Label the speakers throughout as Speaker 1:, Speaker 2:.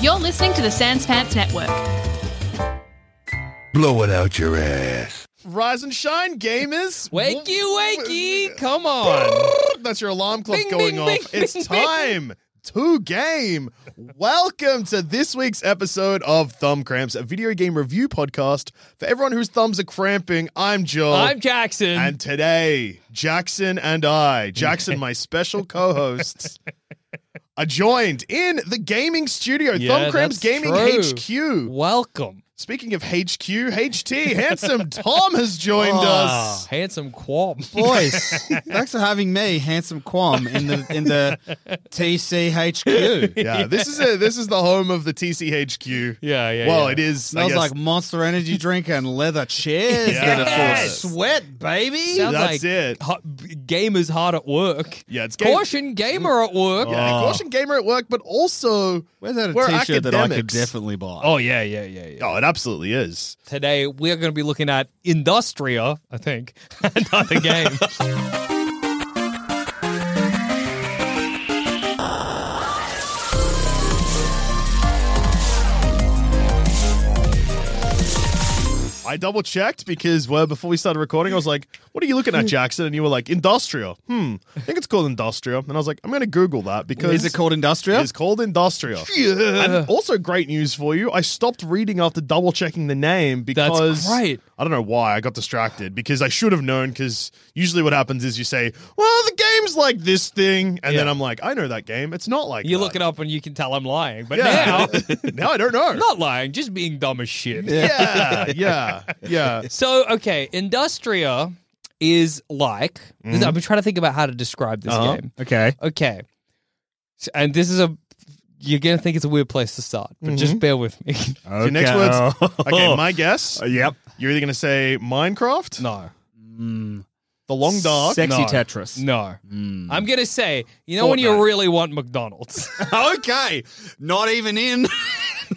Speaker 1: You're listening to the Sans Pants Network.
Speaker 2: Blow it out your ass.
Speaker 3: Rise and shine, gamers.
Speaker 4: Wakey, wakey. Come on.
Speaker 3: That's your alarm clock
Speaker 4: Bing,
Speaker 3: going
Speaker 4: bing,
Speaker 3: off.
Speaker 4: bing,
Speaker 3: it's
Speaker 4: bing, bing.
Speaker 3: time to game. Welcome to this week's episode of Thumb Cramps, a video game review podcast for everyone whose thumbs are cramping. I'm Joel.
Speaker 4: I'm Jackson.
Speaker 3: and today, Jackson and I, Jackson, my special co hosts, are joined in the gaming studio,
Speaker 4: Yeah,
Speaker 3: Thumb Cramps
Speaker 4: that's
Speaker 3: Gaming
Speaker 4: true.
Speaker 3: HQ.
Speaker 4: Welcome.
Speaker 3: Speaking of HQ, HT, Handsome Tom has joined us.
Speaker 4: Ah, handsome quab.
Speaker 5: Boys, thanks for having me, handsome Quam, in the in the TCHQ.
Speaker 3: yeah, this is a, this is the home of the TCHQ.
Speaker 4: Yeah, yeah,
Speaker 3: Well,
Speaker 4: yeah.
Speaker 3: it is. I
Speaker 5: Smells
Speaker 3: guess-
Speaker 5: like Monster Energy drink and leather chairs that are for
Speaker 3: Yes!
Speaker 5: sweat, baby.
Speaker 4: Sounds
Speaker 3: That's
Speaker 4: like
Speaker 3: it.
Speaker 4: ha- gamers hard at work. Oh,
Speaker 3: Yeah, it's game-
Speaker 4: Caution gamer at work.
Speaker 5: Oh.
Speaker 3: yeah, caution gamer at work, but also
Speaker 5: Where's that a
Speaker 3: we're
Speaker 5: shirt that I could
Speaker 3: academics.
Speaker 5: definitely buy?
Speaker 4: Oh, yeah, yeah, yeah, yeah.
Speaker 3: Oh, it absolutely is.
Speaker 4: Today, we're going to be looking at Industria, I think, another game.
Speaker 3: I double checked because well, before we started recording, I was like, "What are you looking at, Jackson?" And you were like, "Industrial." Hmm. I think it's called industrial. And I was like, "I'm going to Google that because
Speaker 5: Is it called Industrial?
Speaker 3: It's called industrial." And also, great news for you. I stopped reading after double checking the name because
Speaker 4: great.
Speaker 3: I don't know why I got distracted because I should have known. Because usually, what happens is you say, "Well, the game's like this thing," and then
Speaker 4: Yeah.
Speaker 3: I'm like, "I know that game. It's not like
Speaker 4: You
Speaker 3: that.
Speaker 4: look it up and you can tell I'm lying. But
Speaker 3: Yeah.
Speaker 4: now,
Speaker 3: now I don't know.
Speaker 4: not lying, just being dumb as shit.
Speaker 3: yeah, yeah, yeah.
Speaker 4: So, okay, Industria is like.
Speaker 5: Mm-hmm.
Speaker 4: this- I've been trying to think about how to describe this
Speaker 3: Uh-huh.
Speaker 4: game.
Speaker 5: okay.
Speaker 4: Okay. S- And this is a. You're going to think it's a weird place to start, but
Speaker 5: Mm-hmm.
Speaker 4: just bear with me.
Speaker 3: Your next words. Okay, my guess.
Speaker 5: yep.
Speaker 3: You're either gonna say Minecraft,
Speaker 4: no.
Speaker 3: the Long Dark,
Speaker 5: Sexy
Speaker 4: No.
Speaker 5: Tetris.
Speaker 4: No. I'm going to say, you know when you
Speaker 5: Mm. Fortnite.
Speaker 4: really want McDonald's?
Speaker 5: Okay. Not even in.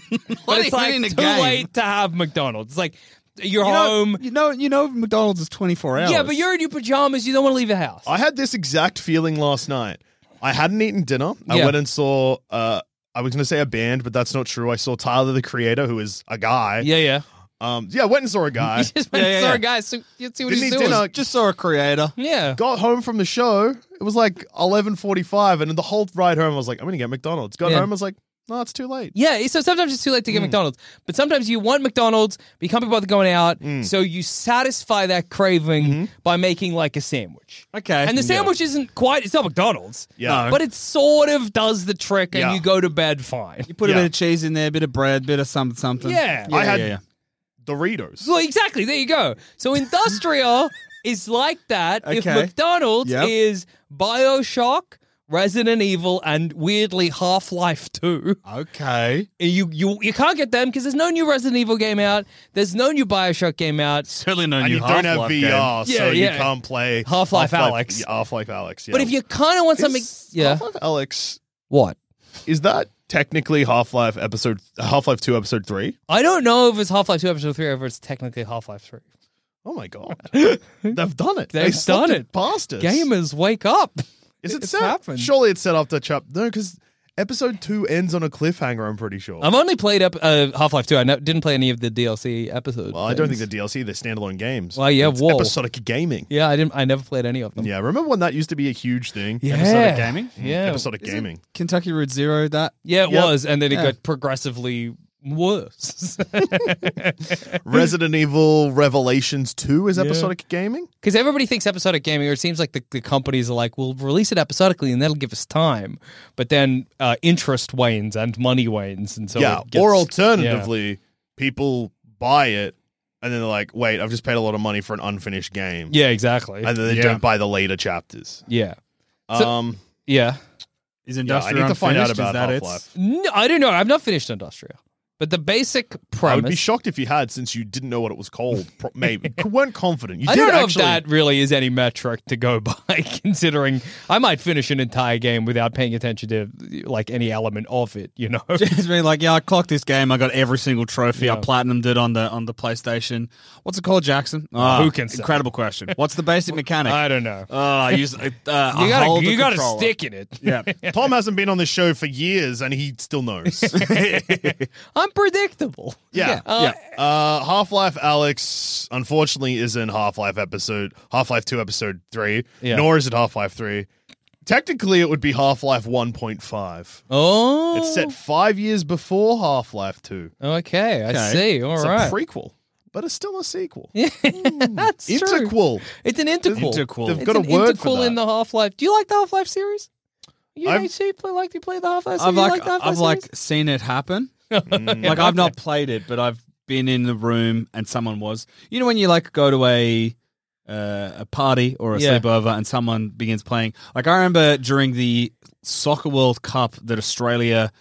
Speaker 4: but
Speaker 5: Not
Speaker 4: it's
Speaker 5: even
Speaker 4: like
Speaker 5: in a
Speaker 4: too
Speaker 5: game.
Speaker 4: late to have McDonald's. It's like you're
Speaker 5: You know,
Speaker 4: home.
Speaker 5: you know, you know, McDonald's is twenty four hours.
Speaker 4: yeah, but you're in your pajamas. You don't want to leave your house.
Speaker 3: I had this exact feeling last night. I hadn't eaten dinner. I
Speaker 4: Yeah.
Speaker 3: went and saw. Uh, I was going to say a band, but that's not true. I saw Tyler the Creator, who is a guy.
Speaker 4: yeah, yeah.
Speaker 3: Um. Yeah. Went and saw a guy.
Speaker 4: Just went,
Speaker 5: Yeah, yeah,
Speaker 4: sorry,
Speaker 5: yeah.
Speaker 4: guys. So, you see what
Speaker 3: Didn't
Speaker 4: he's
Speaker 3: eat
Speaker 4: doing.
Speaker 3: dinner.
Speaker 5: just saw a creator.
Speaker 4: Yeah.
Speaker 3: Got home from the show. It was like eleven forty-five, and the whole ride home, I was like, "I'm going to get McDonald's." Got
Speaker 4: Yeah.
Speaker 3: home, I was like, "No, it's too late."
Speaker 4: Yeah, so sometimes it's too late to
Speaker 5: Hmm.
Speaker 4: get McDonald's, but sometimes you want McDonald's, but you can't be bothered going out,
Speaker 5: Hmm.
Speaker 4: so you satisfy that craving by making like a sandwich.
Speaker 5: Mm-hmm. Okay.
Speaker 4: And the
Speaker 5: Yeah.
Speaker 4: sandwich isn't quite, it's not McDonald's,
Speaker 3: Yeah. No.
Speaker 4: but it sort of does the trick and
Speaker 3: Yeah.
Speaker 4: you go to bed fine.
Speaker 5: Put
Speaker 3: Yeah.
Speaker 5: a bit of cheese in there, a bit of bread, bit of something, something.
Speaker 4: Yeah.
Speaker 3: I had-
Speaker 5: yeah, yeah.
Speaker 3: Doritos.
Speaker 4: Well, exactly, there you go. So Industrial is like that if
Speaker 5: Okay.
Speaker 4: McDonald's
Speaker 5: Yep.
Speaker 4: is Bioshock, Resident Evil, and weirdly Half Life 2.
Speaker 5: Okay.
Speaker 4: And you, you, you can't get them because there's no new Resident Evil game out, there's no new Bioshock game out.
Speaker 5: Certainly no
Speaker 3: And you don't have VR,
Speaker 4: game.
Speaker 3: so
Speaker 4: Yeah,
Speaker 3: you
Speaker 4: yeah.
Speaker 3: can't play
Speaker 4: Half-Life Alex.
Speaker 3: Yeah, Half-Life Alex. Yeah.
Speaker 4: But if you kind of want something,
Speaker 3: Is
Speaker 4: yeah.
Speaker 3: Half-Life Alex
Speaker 4: What?
Speaker 3: Is that technically Half Life episode Half Life Two episode three?
Speaker 4: I don't know if it's Half Life Two Episode Three or if it's technically Half Life Three.
Speaker 3: Oh my god, they've done it.
Speaker 4: They've
Speaker 3: slipped
Speaker 4: done it.
Speaker 3: past us.
Speaker 4: Gamers, wake up!
Speaker 3: is it
Speaker 4: it's
Speaker 3: set?
Speaker 4: happened.
Speaker 3: Surely it's set after chapter. No, because episode two ends on a cliffhanger. I'm pretty sure.
Speaker 4: I've only played up uh, Half Life Two. I no- didn't play any of the DLC episodes.
Speaker 3: well, I don't think
Speaker 4: things.
Speaker 3: the DLC. They're standalone games.
Speaker 4: Well, yeah,
Speaker 3: it's
Speaker 4: whoa.
Speaker 3: episodic gaming.
Speaker 4: Yeah, I didn't. I never played any of them.
Speaker 3: Yeah, remember when that used to be a huge thing?
Speaker 4: Yeah.
Speaker 5: Episodic gaming?
Speaker 4: Yeah.
Speaker 3: episodic gaming.
Speaker 5: Kentucky Route Zero. That
Speaker 4: Yeah, it
Speaker 3: Yep.
Speaker 4: was, and then it
Speaker 5: Yeah.
Speaker 4: got progressively worse
Speaker 3: Resident Evil Revelations Two is episodic gaming.
Speaker 4: because everybody thinks episodic gaming, or it seems like the, the companies are like, we'll release it episodically, and that'll give us time. But then uh, interest wanes and money wanes, and so
Speaker 3: yeah,
Speaker 4: it gets-
Speaker 3: or alternatively, people buy it and then they're like, "Wait, I've just paid a lot of money for an unfinished game."
Speaker 4: yeah, exactly,
Speaker 3: and then they
Speaker 5: Yeah.
Speaker 3: don't buy the later chapters.
Speaker 4: yeah, So-
Speaker 3: Um,
Speaker 4: yeah.
Speaker 5: is
Speaker 3: yeah, I
Speaker 5: industrial.
Speaker 3: need to find out
Speaker 5: unfinished, is
Speaker 3: about
Speaker 5: that
Speaker 3: Half
Speaker 5: it's-
Speaker 3: Life.
Speaker 4: No, I don't know. I've not finished Industrial. But the
Speaker 3: I
Speaker 4: basic
Speaker 3: would be
Speaker 4: premise.
Speaker 3: shocked if you had, since you didn't know what it was called. Pro- Maybe you weren't confident. You
Speaker 4: I
Speaker 3: did
Speaker 4: don't know
Speaker 3: actually.
Speaker 4: if that really is any metric to go by, considering I might finish an entire game without paying attention to like any element of it. You know,
Speaker 5: It's been like, yeah, I clocked this game. I got every single trophy I
Speaker 4: Yeah.
Speaker 5: platinumed it on the on the PlayStation. What's it called, Jackson? Ah,
Speaker 4: who can say?
Speaker 5: Incredible question. What's the basic mechanic?
Speaker 4: I don't know.
Speaker 5: Oh, I use uh, you
Speaker 4: you
Speaker 5: gotta,
Speaker 4: gotta, you gotta stick in it.
Speaker 5: Yeah,
Speaker 3: Tom hasn't been on this show for years, and he still knows.
Speaker 4: I'm predictable.
Speaker 3: Yeah.
Speaker 4: Uh,
Speaker 3: yeah. Uh, Half Life Alex, unfortunately, is in Half Life episode, Half Life 2, episode 3,
Speaker 4: Yeah.
Speaker 3: nor is it Half Life 3. Technically, it would be Half Life 1.5.
Speaker 4: Oh,
Speaker 3: It's set five years before Half Life 2.
Speaker 4: Okay, I
Speaker 5: Okay.
Speaker 4: see. All
Speaker 3: It's
Speaker 4: right,
Speaker 3: a prequel, but it's still a sequel. Hmm.
Speaker 4: that's true.
Speaker 3: Interquel.
Speaker 4: It's an interquel.
Speaker 5: Interquel.
Speaker 3: They've
Speaker 4: It's
Speaker 3: got a
Speaker 4: an
Speaker 3: word for
Speaker 4: interquel in
Speaker 3: that.
Speaker 4: the Half Life. Do you like the Half Life series? You
Speaker 3: I've-
Speaker 4: know, you play like you play the Half Life. series?
Speaker 5: I've
Speaker 4: You
Speaker 5: like,
Speaker 4: the Half-Life
Speaker 5: I've
Speaker 4: series?
Speaker 5: like seen it happen.
Speaker 3: Hmm.
Speaker 5: like I've not played it, but I've been in the room and someone was. You know when you like go to a uh, a party or a
Speaker 4: Yeah.
Speaker 5: sleepover and someone begins playing. Like I remember during the Soccer World Cup that Australia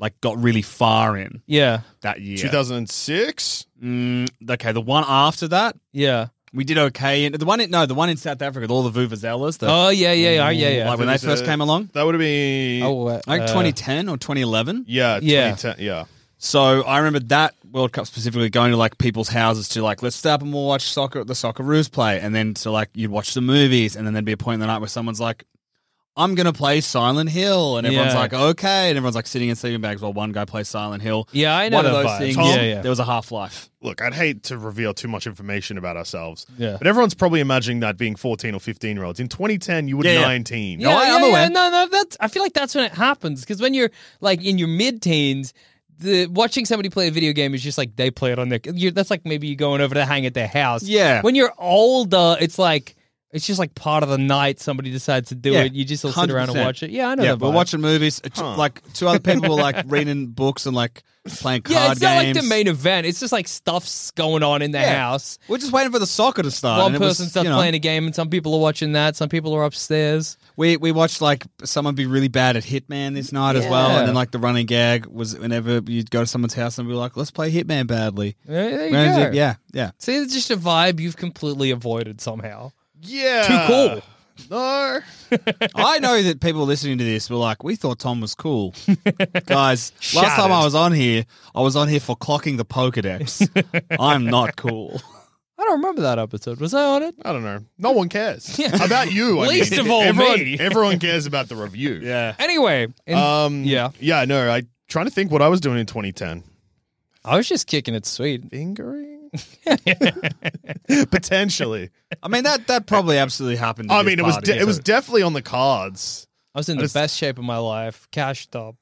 Speaker 5: like got really far in
Speaker 4: yeah,
Speaker 5: that year.
Speaker 3: 2006?
Speaker 5: Mm, okay, the one after that.
Speaker 4: yeah.
Speaker 5: We did okay, and the one in no, the one in South Africa, all the vuvuzelas, the Mm,
Speaker 4: Oh yeah, yeah, yeah, yeah, yeah.
Speaker 5: like when they
Speaker 3: There's
Speaker 5: first
Speaker 3: a-
Speaker 5: came along,
Speaker 3: That would have been.
Speaker 4: oh, uh,
Speaker 5: like
Speaker 4: uh,
Speaker 5: 2010 or 2011.
Speaker 3: Yeah,
Speaker 4: Yeah.
Speaker 3: 2010. Yeah.
Speaker 5: So I remember that World Cup specifically going to like people's houses to like let's stop and we'll watch soccer the Socceroos play, and then to like you'd watch the movies, and then there'd be a point in the night where someone's like, "I'm gonna play Silent Hill," and everyone's
Speaker 4: Yeah.
Speaker 5: like, "Okay," and everyone's like sitting in sleeping bags while one guy plays Silent Hill.
Speaker 4: Yeah, I know
Speaker 5: one of
Speaker 4: that
Speaker 5: those
Speaker 4: vibe.
Speaker 5: things.
Speaker 4: Tom? Yeah, yeah.
Speaker 5: There was a Half Life.
Speaker 3: Look, I'd hate to reveal too much information about ourselves.
Speaker 4: Yeah.
Speaker 3: But everyone's probably imagining that being 14 or 15 year olds. In 2010, you were
Speaker 5: Yeah, yeah.
Speaker 3: 19.
Speaker 4: Yeah,
Speaker 5: No, I-
Speaker 4: yeah,
Speaker 5: I'm aware.
Speaker 4: yeah. No, no, that's. I feel like that's when it happens because when you're like in your mid-teens, the watching somebody play a video game is just like they play it on their. You're, that's like maybe you going over to hang at their house.
Speaker 5: Yeah.
Speaker 4: When you're older, it's like it's just like part of the night. Somebody decides to do
Speaker 5: Yeah,
Speaker 4: it. You just all sit around and
Speaker 5: 100%.
Speaker 4: watch it. Yeah, I know.
Speaker 5: Yeah,
Speaker 4: that
Speaker 5: we're
Speaker 4: vibe.
Speaker 5: watching movies. It's
Speaker 3: Huh.
Speaker 5: Like two other people were like reading books and like playing card
Speaker 4: Yeah, it's not
Speaker 5: games.
Speaker 4: like the main event. It's just like stuff's going on in the
Speaker 5: Yeah.
Speaker 4: house.
Speaker 5: We're just waiting for the soccer to start.
Speaker 4: One
Speaker 5: and it was,
Speaker 4: person's stuff
Speaker 5: you know,
Speaker 4: playing a game, and some people are watching that. Some people are upstairs.
Speaker 5: We we watched like someone be really bad at Hitman this night as well,
Speaker 4: Yeah.
Speaker 5: and then like the running gag was whenever you'd go to someone's house and be like, "Let's play Hitman badly."
Speaker 4: Yeah, there you
Speaker 5: Whereas
Speaker 4: go.
Speaker 5: it- yeah, yeah.
Speaker 4: See, it's just a vibe you've completely avoided somehow.
Speaker 3: Yeah.
Speaker 4: Too cool.
Speaker 3: No.
Speaker 5: I know that people listening to this were like, "We thought Tom was cool, guys." Last time
Speaker 3: Shattered.
Speaker 5: I was on here, I was on here for clocking the Pokedex. I'm not cool.
Speaker 4: I don't remember that episode. Was I on it?
Speaker 3: I don't know. No one cares about you. I
Speaker 4: Least
Speaker 3: mean.
Speaker 4: of all
Speaker 3: everyone,
Speaker 4: me.
Speaker 3: everyone cares about the review.
Speaker 5: Yeah,
Speaker 4: Anyway, in-
Speaker 3: Um.
Speaker 4: Yeah.
Speaker 3: Yeah. No. I trying to think what I was doing in 2010.
Speaker 4: I was just kicking it sweet.
Speaker 3: Fingering. Potentially.
Speaker 5: I mean that that probably absolutely happened. to
Speaker 3: I
Speaker 5: this
Speaker 3: mean, it was
Speaker 5: party,
Speaker 3: de- it was
Speaker 5: too.
Speaker 3: definitely on the cards.
Speaker 4: I was in the
Speaker 3: just-
Speaker 4: best shape of my life, cashed up.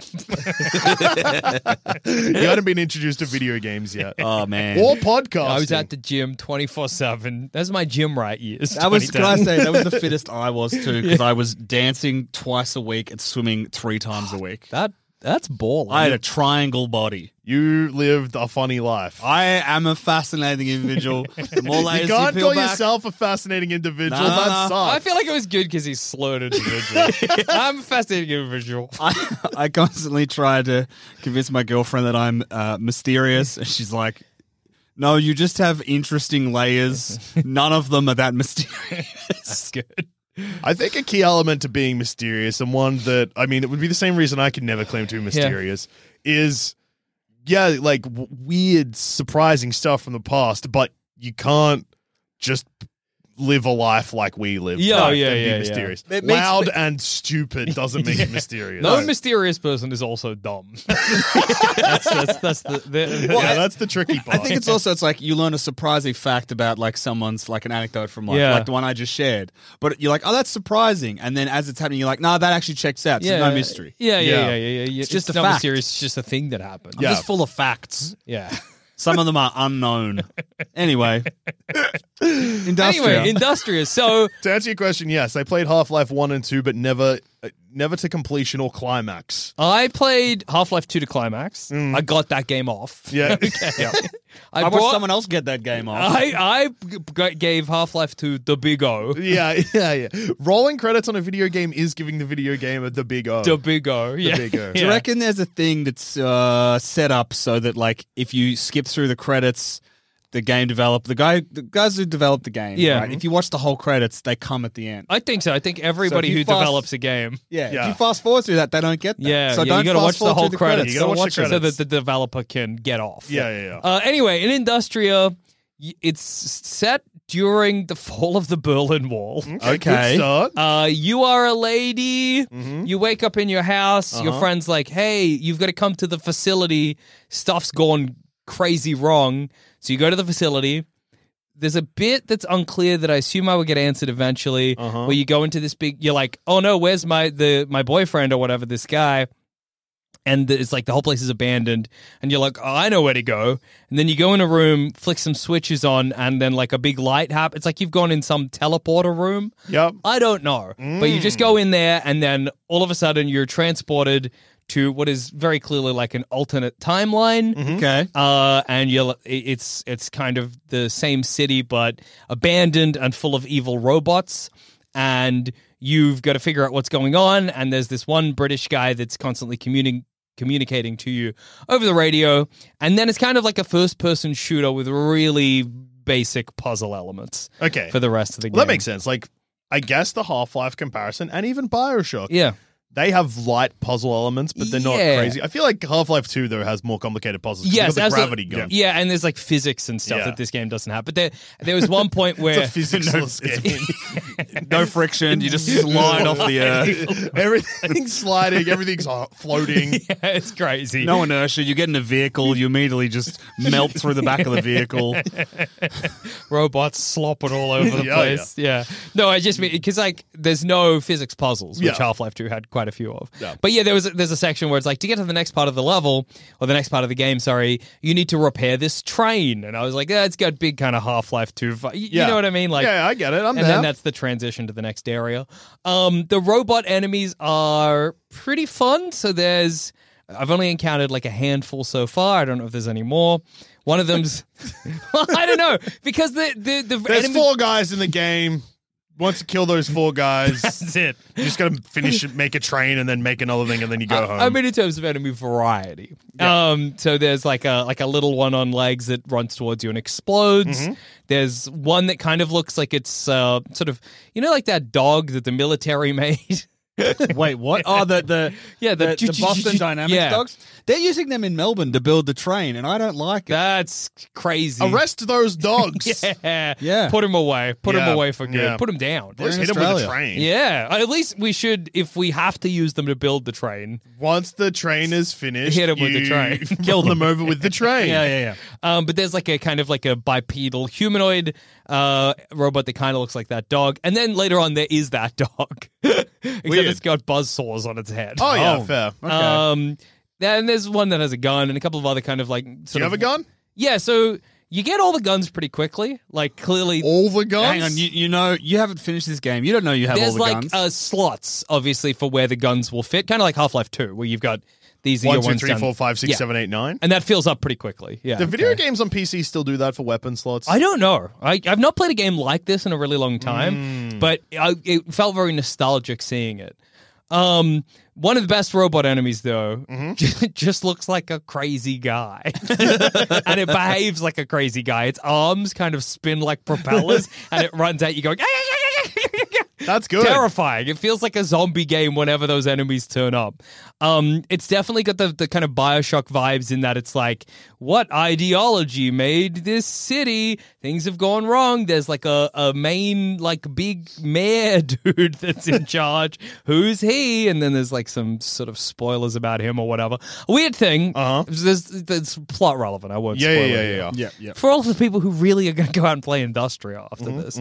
Speaker 3: You hadn't been introduced to video games yet,
Speaker 5: oh man.
Speaker 3: or podcasts.
Speaker 4: I was at the gym twenty four seven. That's my gym right years.
Speaker 5: That was, can I
Speaker 4: 2010.
Speaker 5: say, that was the fittest I was too, because I was dancing twice a week and swimming three
Speaker 3: Oh,
Speaker 5: times a week.
Speaker 4: that. That's ball.
Speaker 5: I had a triangle body.
Speaker 3: You lived a funny life.
Speaker 5: I am a fascinating individual. The more layers
Speaker 3: you
Speaker 5: you,
Speaker 3: can't
Speaker 5: peel
Speaker 3: call
Speaker 5: back,
Speaker 3: yourself a fascinating individual.
Speaker 5: Nah.
Speaker 3: that sucks.
Speaker 4: I feel like it was good because he's slurred individual. I'm a fascinating individual.
Speaker 5: I, I constantly try to convince my girlfriend that I'm uh, mysterious, and she's like, "No, you just have interesting layers. None of them are that mysterious."
Speaker 4: That's good.
Speaker 3: I think a key element to being mysterious and one that I mean it would be the same reason I could never claim to be mysterious is yeah like w- weird surprising stuff from the past but you can't just live a life like we live
Speaker 4: Yeah,
Speaker 3: Like,
Speaker 4: yeah,
Speaker 3: and be
Speaker 4: yeah, yeah.
Speaker 3: mysterious
Speaker 5: It makes
Speaker 3: loud and stupid doesn't make you mysterious
Speaker 4: No
Speaker 3: Yeah,
Speaker 4: mysterious person is also dumb. that's, that's, that's the, the-
Speaker 3: yeah that's the tricky
Speaker 5: I
Speaker 3: part
Speaker 5: think it's also it's like you learn a surprising fact about like someone's like an anecdote from life,
Speaker 4: Yeah.
Speaker 5: like the one I just shared. But you're like, oh, that's surprising, and then as it's happening, you're like, no, that actually checks out. So
Speaker 4: yeah,
Speaker 5: no mystery.
Speaker 4: Yeah, yeah,
Speaker 3: Yeah.
Speaker 4: yeah, yeah. yeah, yeah. It's,
Speaker 5: just a
Speaker 4: not
Speaker 5: fact.
Speaker 4: mysterious. It's just a thing that happened.
Speaker 3: Yeah.
Speaker 5: Just full of facts.
Speaker 4: yeah.
Speaker 5: Some of them are unknown. Anyway, industrial.
Speaker 4: Anyway, industrious. So
Speaker 3: to answer your question yes I played Half-Life 1 and 2 but never uh, never to completion or climax
Speaker 4: I played Half Life Two to climax. I got that game off.
Speaker 3: yeah yeah
Speaker 5: I watched
Speaker 4: brought-
Speaker 5: someone else get that game off.
Speaker 4: I, I g- gave Half Life to the Big O.
Speaker 3: Yeah, yeah, yeah. Rolling credits on a video game is giving the video game the big O.
Speaker 4: The Big O. Yeah.
Speaker 3: Big O.
Speaker 5: Do you
Speaker 4: Yeah.
Speaker 5: reckon there's a thing that's uh, set up so that like if you skip through the credits, the game develop the guy the guys who developed the game.
Speaker 4: Yeah.
Speaker 5: right, if you watch the whole credits, they come at the end.
Speaker 4: I think so. I think everybody
Speaker 5: you
Speaker 4: who
Speaker 5: fast-
Speaker 4: develops a game.
Speaker 5: Yeah,
Speaker 3: Yeah.
Speaker 5: if you fast forward through that, they don't get that.
Speaker 4: Yeah,
Speaker 5: so
Speaker 4: yeah,
Speaker 5: don't
Speaker 4: you gotta
Speaker 5: fast
Speaker 4: watch the
Speaker 5: forward
Speaker 4: whole
Speaker 5: through
Speaker 4: credits.
Speaker 3: You gotta
Speaker 4: Don't
Speaker 3: watch the
Speaker 4: it so that
Speaker 3: credits.
Speaker 4: the developer can get off.
Speaker 3: yeah, yeah, yeah.
Speaker 4: Uh, anyway, in Industria, y- it's set during the fall of the Berlin Wall.
Speaker 5: Okay.
Speaker 3: Good start.
Speaker 4: Uh, you are a lady. You wake up in your house. Your friend's like, "Hey, you've got to come to the facility. Stuff's gone crazy wrong." So you go to the facility. There's a bit that's unclear that I assume I will get answered eventually. Where you go into this big, you're like, "Oh no, where's my the my boyfriend or whatever this guy?" and the- it's like the whole place is abandoned and you're like oh, i know where to go and then you go in a room flick some switches on and then like a big light happens it's like you've gone in some teleporter room
Speaker 3: Yep.
Speaker 4: i don't know but you just
Speaker 3: Mm.
Speaker 4: go in there and then all of a sudden you're transported to what is very clearly like an alternate timeline
Speaker 3: Mm-hmm.
Speaker 5: Okay.
Speaker 4: uh, and you'll it- it's it's kind of the same city but abandoned and full of evil robots and you've got to figure out what's going on and there's this one british guy that's constantly communi- communicating to you over the radio and then it's kind of like a first person shooter with really basic puzzle elements
Speaker 3: Okay.
Speaker 4: for the rest of the game
Speaker 3: Well, that makes sense. Like, I guess the Half Life comparison and even Bioshock,
Speaker 4: yeah
Speaker 3: they have light puzzle elements, but they're not
Speaker 4: Yeah.
Speaker 3: crazy. I feel like Half Life 2, though, has more complicated puzzles. 'cause
Speaker 4: Yes,
Speaker 3: you've got the gravity
Speaker 4: absolutely.
Speaker 3: gun.
Speaker 4: Yeah, and there's like physics and stuff
Speaker 3: Yeah.
Speaker 4: that this game doesn't have. But there, there was one point where
Speaker 3: It's a physicalist game.
Speaker 5: No friction. You just slide off the uh, earth.
Speaker 3: everything's sliding, everything's uh, floating.
Speaker 4: yeah, it's crazy.
Speaker 5: No inertia. You get in a vehicle. You immediately just melt through the back of the vehicle.
Speaker 4: robots slopping all over the
Speaker 3: Yeah,
Speaker 4: place. Yeah. No, I just mean because like there's no physics puzzles, which
Speaker 3: Yeah.
Speaker 4: Half Life Two had quite a few of.
Speaker 3: Yeah.
Speaker 4: But yeah, there was there's a section where it's like to get to the next part of the level or the next part of the game. Sorry, you need to repair this train, and I was like, eh, it's got big kind of Half Life Two. vi- You,
Speaker 3: Yeah.
Speaker 4: you know what I mean? Like,
Speaker 3: yeah, I get it. I'm
Speaker 4: and
Speaker 3: down.
Speaker 4: then that's the transition to the next area. Um, the robot enemies are pretty fun. So there's. I've only encountered like a handful so far. I don't know if there's any more. One of them's I don't know because the the the
Speaker 3: There's
Speaker 4: enemy-
Speaker 3: four guys in the game. Once you kill those four guys,
Speaker 4: That's it.
Speaker 3: you just gotta finish, it, make a train, and then make another thing, and then you go home.
Speaker 4: I mean, in terms of enemy variety, um, so there's like a like a little one on legs that runs towards you and explodes.
Speaker 3: Mm-hmm.
Speaker 4: There's one that kind of looks like it's uh, sort of you know like that dog that the military made.
Speaker 5: Wait, what? Oh, the the
Speaker 4: Yeah, the-
Speaker 5: the, the Boston Dynamics
Speaker 4: Yeah.
Speaker 5: dogs. They're using them in Melbourne to build the train, and I don't like it.
Speaker 4: That's crazy.
Speaker 3: Arrest those dogs.
Speaker 4: Yeah.
Speaker 5: Yeah.
Speaker 4: Put him away. Put him
Speaker 3: Yeah.
Speaker 4: away for good.
Speaker 3: Yeah.
Speaker 4: Put him down.
Speaker 3: Let's
Speaker 5: in
Speaker 3: hit 'em with a
Speaker 5: Australia.
Speaker 3: train.
Speaker 4: Yeah. At least we should, if we have to use them to build the train,
Speaker 3: Once the train is finished,
Speaker 4: Hit 'em with the
Speaker 3: you
Speaker 4: train.
Speaker 3: Kill them over with the train.
Speaker 5: yeah, yeah, yeah.
Speaker 4: Um, but there's like a kind of like a bipedal humanoid uh, robot that kind of looks like that dog. And then later on, there is that dog, except
Speaker 3: Weird.
Speaker 4: it's got buzz saws on its head.
Speaker 3: Oh yeah, fair.
Speaker 5: uh,
Speaker 4: Um, and there's one that has a gun and a couple of other kind of like. Sort
Speaker 3: Do you
Speaker 4: of,
Speaker 3: have a gun?
Speaker 4: Yeah. So you get all the guns pretty quickly. Like clearly,
Speaker 3: All the guns.
Speaker 5: Hang on, you, you know you haven't finished this game. You don't know you have all
Speaker 4: there's
Speaker 5: the
Speaker 4: like
Speaker 5: guns.
Speaker 4: Uh, slots, obviously, for where the guns will fit. Kind of like Half Life Two, where you've got these are
Speaker 3: One,
Speaker 4: your
Speaker 3: two,
Speaker 4: ones
Speaker 3: three,
Speaker 4: down-
Speaker 3: four, five,
Speaker 4: Yeah.
Speaker 3: six, seven, eight, nine.
Speaker 4: and that fills up pretty quickly. Yeah.
Speaker 3: The video
Speaker 4: okay.
Speaker 3: games on PC still do that for weapon slots.
Speaker 4: I don't know. I, I've not played a game like this in a really long time,
Speaker 3: Hmm.
Speaker 4: but I, it felt very nostalgic seeing it. Um, one of the best robot enemies, though,
Speaker 3: Mm-hmm.
Speaker 4: just looks like a crazy guy, and it behaves like a crazy guy. Its arms kind of spin like propellers, and it runs at you going.
Speaker 3: That's good.
Speaker 4: Terrifying. It feels like a zombie game whenever those enemies turn up. Um, it's definitely got the, the kind of Bioshock vibes in that it's like, what ideology made this city? Things have gone wrong. There's like a, a main, like big mayor dude that's in charge. Who's he? And then there's like some sort of spoilers about him or whatever. A weird thing. Uh-huh. There's, there's plot relevant. I won't
Speaker 3: Yeah,
Speaker 4: spoil
Speaker 3: yeah,
Speaker 4: it
Speaker 3: yeah,
Speaker 4: here
Speaker 3: yeah, yeah.
Speaker 5: yeah.
Speaker 4: for all of the people who really are going to go out and play Industria after this.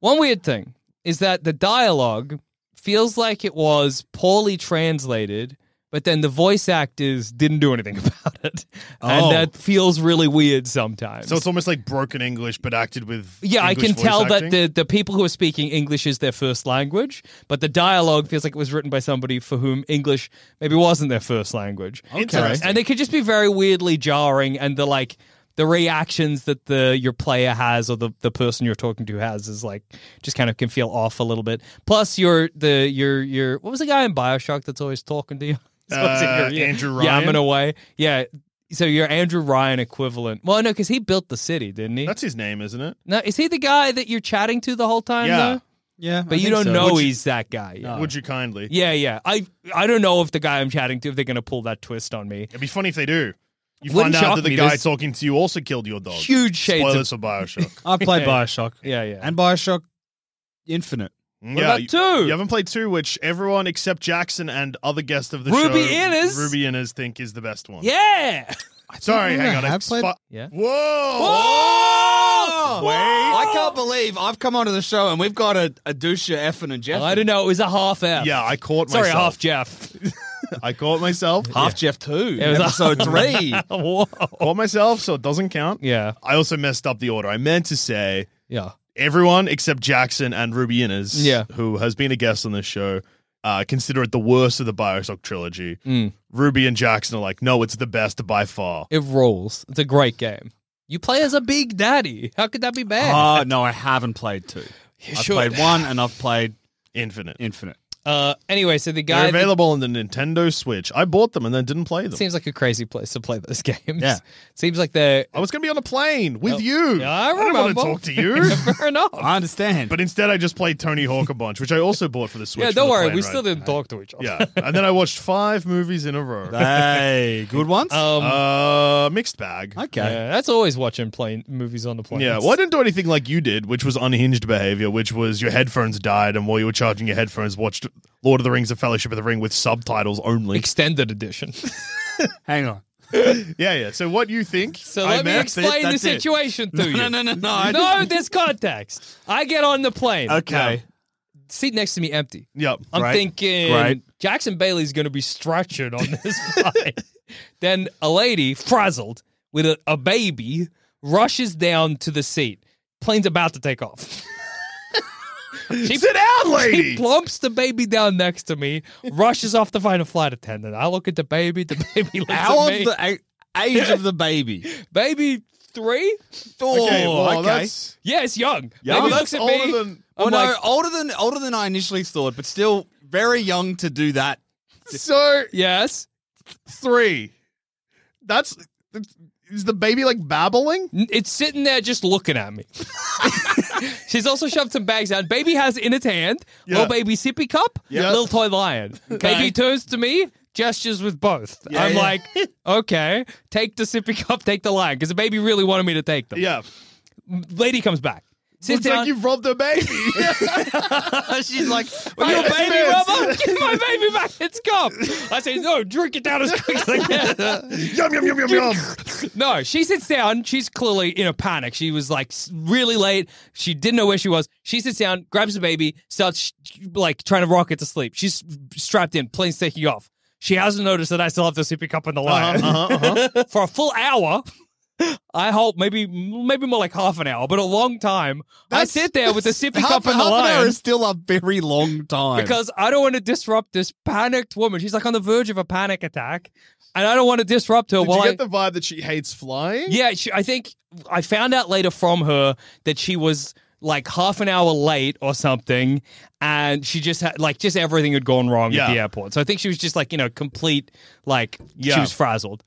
Speaker 4: One weird thing is that the dialogue feels like it was poorly translated, but then the voice actors didn't do anything about it,
Speaker 5: Oh.
Speaker 4: and that feels really weird sometimes.
Speaker 3: So it's almost like broken English, but acted with.
Speaker 4: yeah, I
Speaker 3: English
Speaker 4: can
Speaker 3: voice
Speaker 4: tell
Speaker 3: acting.
Speaker 4: that the, the people who are speaking English is their first language, but the dialogue feels like it was written by somebody for whom English maybe wasn't their first language.
Speaker 3: Interesting.
Speaker 4: And it could just be very weirdly jarring, and the like the reactions that the your player has or the, the person you're talking to has is like just kind of can feel off a little bit. Plus your the your your what was the guy in Bioshock that's always talking to you? What's it-
Speaker 3: Uh,
Speaker 4: your- yeah,
Speaker 3: Andrew
Speaker 4: yamming
Speaker 3: Ryan?
Speaker 4: away. Yeah. So your Andrew Ryan equivalent. Well, no, because he built the city, didn't he?
Speaker 3: That's his name, isn't it?
Speaker 4: no, is he the guy that you're chatting to the whole time?
Speaker 3: Yeah.
Speaker 4: though?
Speaker 5: Yeah,
Speaker 4: but you don't know he's that guy. Yeah.
Speaker 3: Would you kindly?
Speaker 4: Yeah, yeah. I I don't know if the guy I'm chatting to if they're gonna pull that twist on me.
Speaker 3: It'd be funny if they do. You
Speaker 4: Wouldn't
Speaker 3: find out
Speaker 4: shock
Speaker 3: that the
Speaker 4: me,
Speaker 3: guy
Speaker 4: there's-
Speaker 3: talking to you also killed your dog.
Speaker 4: Huge shades
Speaker 3: Spoilers
Speaker 4: of
Speaker 3: for Bioshock.
Speaker 5: I've played
Speaker 4: Yeah.
Speaker 5: Bioshock
Speaker 4: yeah, yeah.
Speaker 5: and Bioshock Infinite.
Speaker 4: what about
Speaker 3: Mm, you,
Speaker 4: two?
Speaker 3: you haven't played two, which everyone except Jackson and other guests of the
Speaker 4: Ruby
Speaker 3: show,
Speaker 4: Innes?
Speaker 3: Ruby Innes, think is the best one.
Speaker 4: yeah.
Speaker 3: Sorry,
Speaker 5: I
Speaker 3: hang on. I
Speaker 5: have played-
Speaker 3: spo-
Speaker 4: Yeah.
Speaker 3: Whoa!
Speaker 5: Oh!
Speaker 3: Wait.
Speaker 5: I can't believe I've come onto the show and we've got a, a douche effing and Jeff.
Speaker 4: I don't know. It was a half F.
Speaker 3: Yeah, I caught
Speaker 4: Sorry,
Speaker 3: myself.
Speaker 4: half Jeff.
Speaker 3: I caught myself.
Speaker 5: Half Jeff too.
Speaker 4: It was
Speaker 5: episode three.
Speaker 4: Whoa.
Speaker 3: caught myself, so it doesn't count.
Speaker 4: Yeah.
Speaker 3: I also messed up the order. I meant to say
Speaker 4: Yeah.
Speaker 3: everyone except Jackson and Ruby Innes,
Speaker 4: Yeah.
Speaker 3: who has been a guest on this show, uh, consider it the worst of the Bioshock trilogy.
Speaker 4: Mm.
Speaker 3: Ruby and Jackson are like, no, it's the best by far.
Speaker 4: It rolls. It's a great game. You play as a big daddy. How could that be bad?
Speaker 3: Ah,
Speaker 5: Uh, no, I haven't played two.
Speaker 4: You
Speaker 5: I've
Speaker 4: should.
Speaker 5: played one and I've played
Speaker 3: Infinite.
Speaker 5: Infinite.
Speaker 4: Uh, anyway, so
Speaker 3: They're
Speaker 4: the guy that-
Speaker 3: available on the Nintendo Switch. I bought them and then didn't play them.
Speaker 4: seems like a crazy place to play those games.
Speaker 5: Yeah.
Speaker 4: Seems like they're
Speaker 3: I was going to be on a plane with you.
Speaker 4: Yeah, I
Speaker 3: don't want
Speaker 4: remember.
Speaker 3: to talk to you.
Speaker 4: fair enough.
Speaker 5: I understand.
Speaker 3: but instead, I just played Tony Hawk a bunch, which I also bought for the Switch.
Speaker 4: yeah,
Speaker 3: for
Speaker 4: don't
Speaker 3: the
Speaker 4: worry.
Speaker 3: plane
Speaker 4: We
Speaker 3: ride.
Speaker 4: still didn't talk to each other.
Speaker 3: Yeah, and then I watched five movies in a row.
Speaker 5: hey, good ones.
Speaker 4: Um,
Speaker 3: Uh, mixed bag.
Speaker 5: okay.
Speaker 4: Yeah, that's always watching plane movies on the plane.
Speaker 3: Yeah, well, I didn't do anything like you did, which was unhinged behavior, which was your headphones died, and while you were charging your headphones, watched Lord of the Rings: The Fellowship of the Ring with subtitles only.
Speaker 4: extended edition.
Speaker 5: Hang on.
Speaker 3: yeah, yeah. So what you think?
Speaker 4: So
Speaker 5: I
Speaker 4: let me
Speaker 5: mean, that's it,
Speaker 4: explain the
Speaker 5: that's it.
Speaker 4: situation to you.
Speaker 5: No, no, no, no. I
Speaker 4: No, there's context. I get on the plane.
Speaker 5: Okay.
Speaker 4: No, seat next to me empty.
Speaker 3: Yep.
Speaker 4: I'm
Speaker 3: right.
Speaker 4: thinking
Speaker 5: Great.
Speaker 4: Jackson Bailey's going to be stretchered on this flight. then a lady, frazzled with a, a baby, rushes down to the seat. Plane's about to take off. she,
Speaker 3: Sit down,
Speaker 4: she
Speaker 3: lady.
Speaker 4: plumps the baby down next to me, rushes off to find a flight attendant. I look at the baby. The baby looks
Speaker 5: How
Speaker 4: at
Speaker 5: old's
Speaker 4: me.
Speaker 5: the a- age of the baby?
Speaker 4: baby three?
Speaker 3: okay,
Speaker 5: Oh,
Speaker 3: well,
Speaker 5: okay.
Speaker 3: that's
Speaker 4: Yeah, it's young.
Speaker 3: yeah,
Speaker 4: baby
Speaker 3: that's
Speaker 4: looks at
Speaker 3: older
Speaker 4: me.
Speaker 3: than
Speaker 5: Well,
Speaker 4: I'm
Speaker 5: no,
Speaker 4: like-
Speaker 5: older than older than I initially thought, but still very young to do that.
Speaker 3: so
Speaker 4: yes.
Speaker 3: three. That's is the baby like babbling?
Speaker 4: N- It's sitting there just looking at me. She's also shoved some bags down. Baby has in its hand
Speaker 3: Yeah.
Speaker 4: little baby sippy cup,
Speaker 3: Yeah.
Speaker 4: little toy lion. Baby turns to me, gestures with both.
Speaker 5: Yeah,
Speaker 4: I'm
Speaker 5: yeah.
Speaker 4: like, okay, take the sippy cup, take the lion, because the baby really wanted me to take them.
Speaker 3: Yeah,
Speaker 4: Lady comes back. Sits
Speaker 3: looks
Speaker 4: down.
Speaker 3: like you've robbed the baby.
Speaker 5: She's like,
Speaker 4: Are you a
Speaker 3: Yes,
Speaker 4: baby
Speaker 3: miss.
Speaker 4: rubber? Give my baby back its cup. I say, no, drink it down as quick as I can.
Speaker 3: yum yum yum yum yum.
Speaker 4: No, she sits down. She's clearly in a panic. She was like s- really late. She didn't know where she was. She sits down, grabs the baby, starts sh- like trying to rock it to sleep. She's strapped in, plane's taking off. She hasn't noticed that I still have the sippy cup in the line
Speaker 3: uh-huh,
Speaker 4: for a full hour. I hope maybe maybe more like half an hour, but a long time.
Speaker 5: That's-
Speaker 4: I sit there with the sippy
Speaker 5: half,
Speaker 4: cup in the
Speaker 5: half an
Speaker 4: line
Speaker 5: hour is still a very long time.
Speaker 4: because I don't want to disrupt this panicked woman. She's like on the verge of a panic attack, and I don't want to disrupt her.
Speaker 3: Did
Speaker 4: while
Speaker 3: you
Speaker 4: I-
Speaker 3: get the vibe that she hates flying?
Speaker 4: yeah, she, I think I found out later from her that she was like half an hour late or something, and she just had like just everything had gone wrong
Speaker 3: Yeah.
Speaker 4: at the airport. So I think she was just like you know complete like she
Speaker 3: Yeah.
Speaker 4: was frazzled.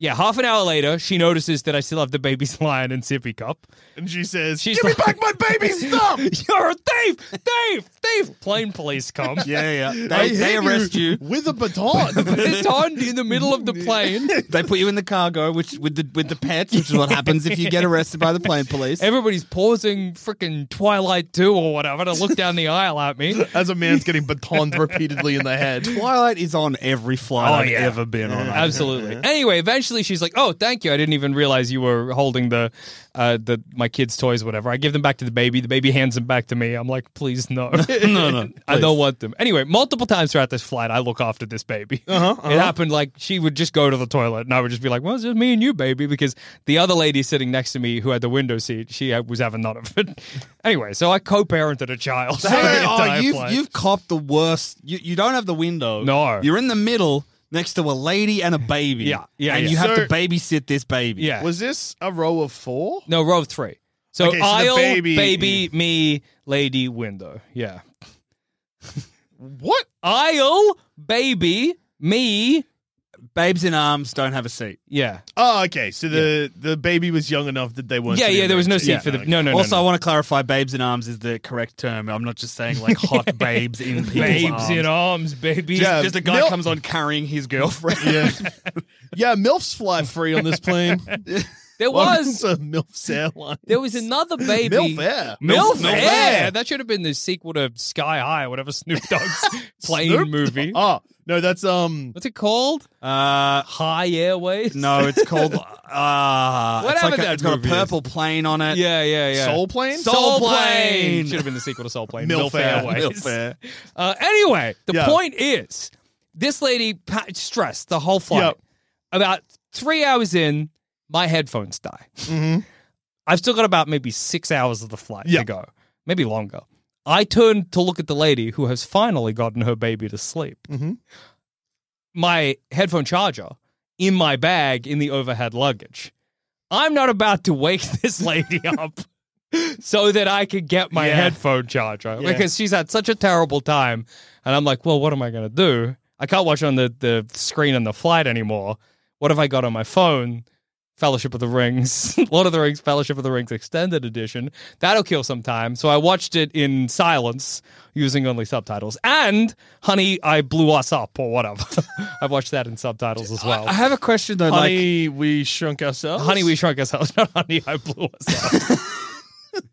Speaker 4: Yeah, half an hour later, she notices that I still have the baby's lion and sippy cup.
Speaker 3: and she says,
Speaker 4: She's
Speaker 3: "Give
Speaker 4: like-
Speaker 3: me back my baby stuff."
Speaker 4: You're a thief, thief, thief! Plane police come.
Speaker 5: yeah, yeah,
Speaker 3: I
Speaker 5: they, they
Speaker 3: hit
Speaker 5: arrest you.
Speaker 3: with a baton.
Speaker 4: It's on in the middle of the plane.
Speaker 5: They put you in the cargo, which with the with the pets, which is what happens if you get arrested by the plane police.
Speaker 4: Everybody's pausing freaking Twilight 2 or whatever to look down the aisle at me.
Speaker 3: As a man's getting batoned repeatedly in the head.
Speaker 5: Twilight is on every flight
Speaker 4: Oh,
Speaker 5: I've
Speaker 4: yeah.
Speaker 5: ever been on.
Speaker 4: Absolutely. Anyway, eventually she's like, "Oh, thank you. I didn't even realize you were holding the, uh, the my kids' toys, whatever." I give them back to the baby. The baby hands them back to me. I'm like, "Please, no,
Speaker 5: No, no,
Speaker 4: I
Speaker 5: please.
Speaker 4: don't want them." Anyway, multiple times throughout this flight, I look after this baby. Uh-huh, It happened like she would just go to the toilet, and I would just be like, "Well, it's just me and you, baby," because the other lady sitting next to me, who had the window seat, she uh, was having none of it. anyway, so I co-parented a child.
Speaker 5: Hey,
Speaker 4: through the
Speaker 5: oh,
Speaker 4: entire
Speaker 5: you've
Speaker 4: flight.
Speaker 5: you've copped the worst. You you don't have the window.
Speaker 4: No.
Speaker 5: you're in the middle. next to a lady and a baby.
Speaker 4: Yeah, yeah,
Speaker 5: And
Speaker 4: yeah.
Speaker 5: you have
Speaker 3: So-
Speaker 5: to babasit this baby.
Speaker 4: Yeah.
Speaker 3: Was this a row of four?
Speaker 4: No, row of three. So
Speaker 3: Okay, so the
Speaker 4: aisle,
Speaker 3: baby-
Speaker 4: baby, me, lady, window. Yeah.
Speaker 3: What?
Speaker 4: Aisle, baby, me.
Speaker 5: Babes in arms don't have a seat.
Speaker 4: Yeah.
Speaker 3: Oh, okay. So the the baby was young enough that they weren't.
Speaker 4: yeah,
Speaker 3: sitting
Speaker 4: yeah. There was no
Speaker 3: next
Speaker 4: seat
Speaker 3: to-
Speaker 4: for the.
Speaker 3: okay.
Speaker 4: No, no, no.
Speaker 5: also, I
Speaker 4: no.
Speaker 5: want to clarify babes in arms is the correct term. I'm not just saying like hot babes in people's
Speaker 4: babes
Speaker 5: arms.
Speaker 4: in arms, baby.
Speaker 3: Yeah.
Speaker 5: Just a guy
Speaker 3: Mil-
Speaker 5: comes on carrying his girlfriend.
Speaker 3: Yeah. yeah, MILFs fly free on this plane.
Speaker 4: There
Speaker 3: Welcome
Speaker 4: was
Speaker 3: to MILF's airline.
Speaker 4: there was another baby.
Speaker 3: MILF Air.
Speaker 4: Milf,
Speaker 5: Milf
Speaker 4: Air.
Speaker 5: Air.
Speaker 4: That should have been the sequel to Sky High, or whatever Snoop Dogg's plane
Speaker 3: Snoop-
Speaker 4: movie.
Speaker 3: Oh, no, that's um
Speaker 4: What's it called?
Speaker 5: Uh,
Speaker 4: High Airways.
Speaker 5: no, it's called. Uh, it's
Speaker 4: Whatever
Speaker 5: like a-
Speaker 4: that
Speaker 5: it's got a
Speaker 4: movie is.
Speaker 5: purple plane on it.
Speaker 4: Yeah, yeah, yeah.
Speaker 3: Soul Plane?
Speaker 4: Soul,
Speaker 5: Soul
Speaker 4: Plane.
Speaker 5: Plane.
Speaker 4: Should have been the sequel to Soul Plane.
Speaker 3: Milf Air.
Speaker 4: Airways.
Speaker 5: Milf Air.
Speaker 4: Uh, anyway, the
Speaker 3: Yeah.
Speaker 4: point is, this lady pa- stressed the whole flight.
Speaker 3: Yep.
Speaker 4: About three hours in, my headphones die.
Speaker 3: Mm-hmm.
Speaker 4: I've still got about maybe six hours of the flight
Speaker 3: Yep.
Speaker 4: to go, maybe longer. I turn to look at the lady who has finally gotten her baby to sleep.
Speaker 3: Mhm.
Speaker 4: My headphone charger in my bag in the overhead luggage. I'm not about to wake this lady up so that I could get my
Speaker 5: Yeah.
Speaker 4: headphone charger
Speaker 5: Yeah.
Speaker 4: because she's had such a terrible time. And I'm like, well, what am I going to do? I can't watch on the, the screen on the flight anymore. What have I got on my phone? Fellowship of the Rings, Lord of the Rings, Fellowship of the Rings Extended Edition. That'll kill some time. So I watched it in silence using only subtitles. And Honey, I Blew Us Up or whatever. I've watched that in subtitles as well.
Speaker 5: I have a question though. Like,
Speaker 3: Honey, we shrunk ourselves.
Speaker 4: honey, we shrunk ourselves. Not Honey, I Blew Us Up.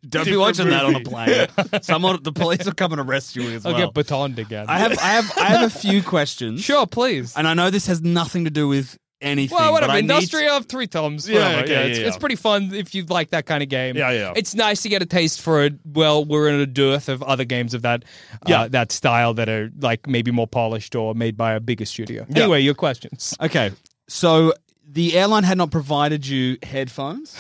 Speaker 5: don't be
Speaker 3: different
Speaker 5: watching that on a
Speaker 3: movie.
Speaker 5: plane. Someone, the police will come and arrest you as
Speaker 4: I'll
Speaker 5: well.
Speaker 4: get batoned again.
Speaker 5: I have, I have, I have a few questions.
Speaker 4: sure, please.
Speaker 5: and I know this has nothing to do with anything.
Speaker 4: Well, whatever.
Speaker 5: But I need-
Speaker 4: Industria of Three Thumbs.
Speaker 3: Yeah,
Speaker 4: Whatever. Yeah,
Speaker 3: okay,
Speaker 4: it's,
Speaker 3: yeah,
Speaker 4: it's
Speaker 3: yeah.
Speaker 4: pretty fun if you like that kind of game.
Speaker 3: Yeah, yeah.
Speaker 4: It's nice to get a taste for it. Well, we're in a dearth of other games of that,
Speaker 3: Yeah.
Speaker 4: uh, that style that are like maybe more polished or made by a bigger studio. Anyway, your questions.
Speaker 5: okay, so the airline had not provided you headphones.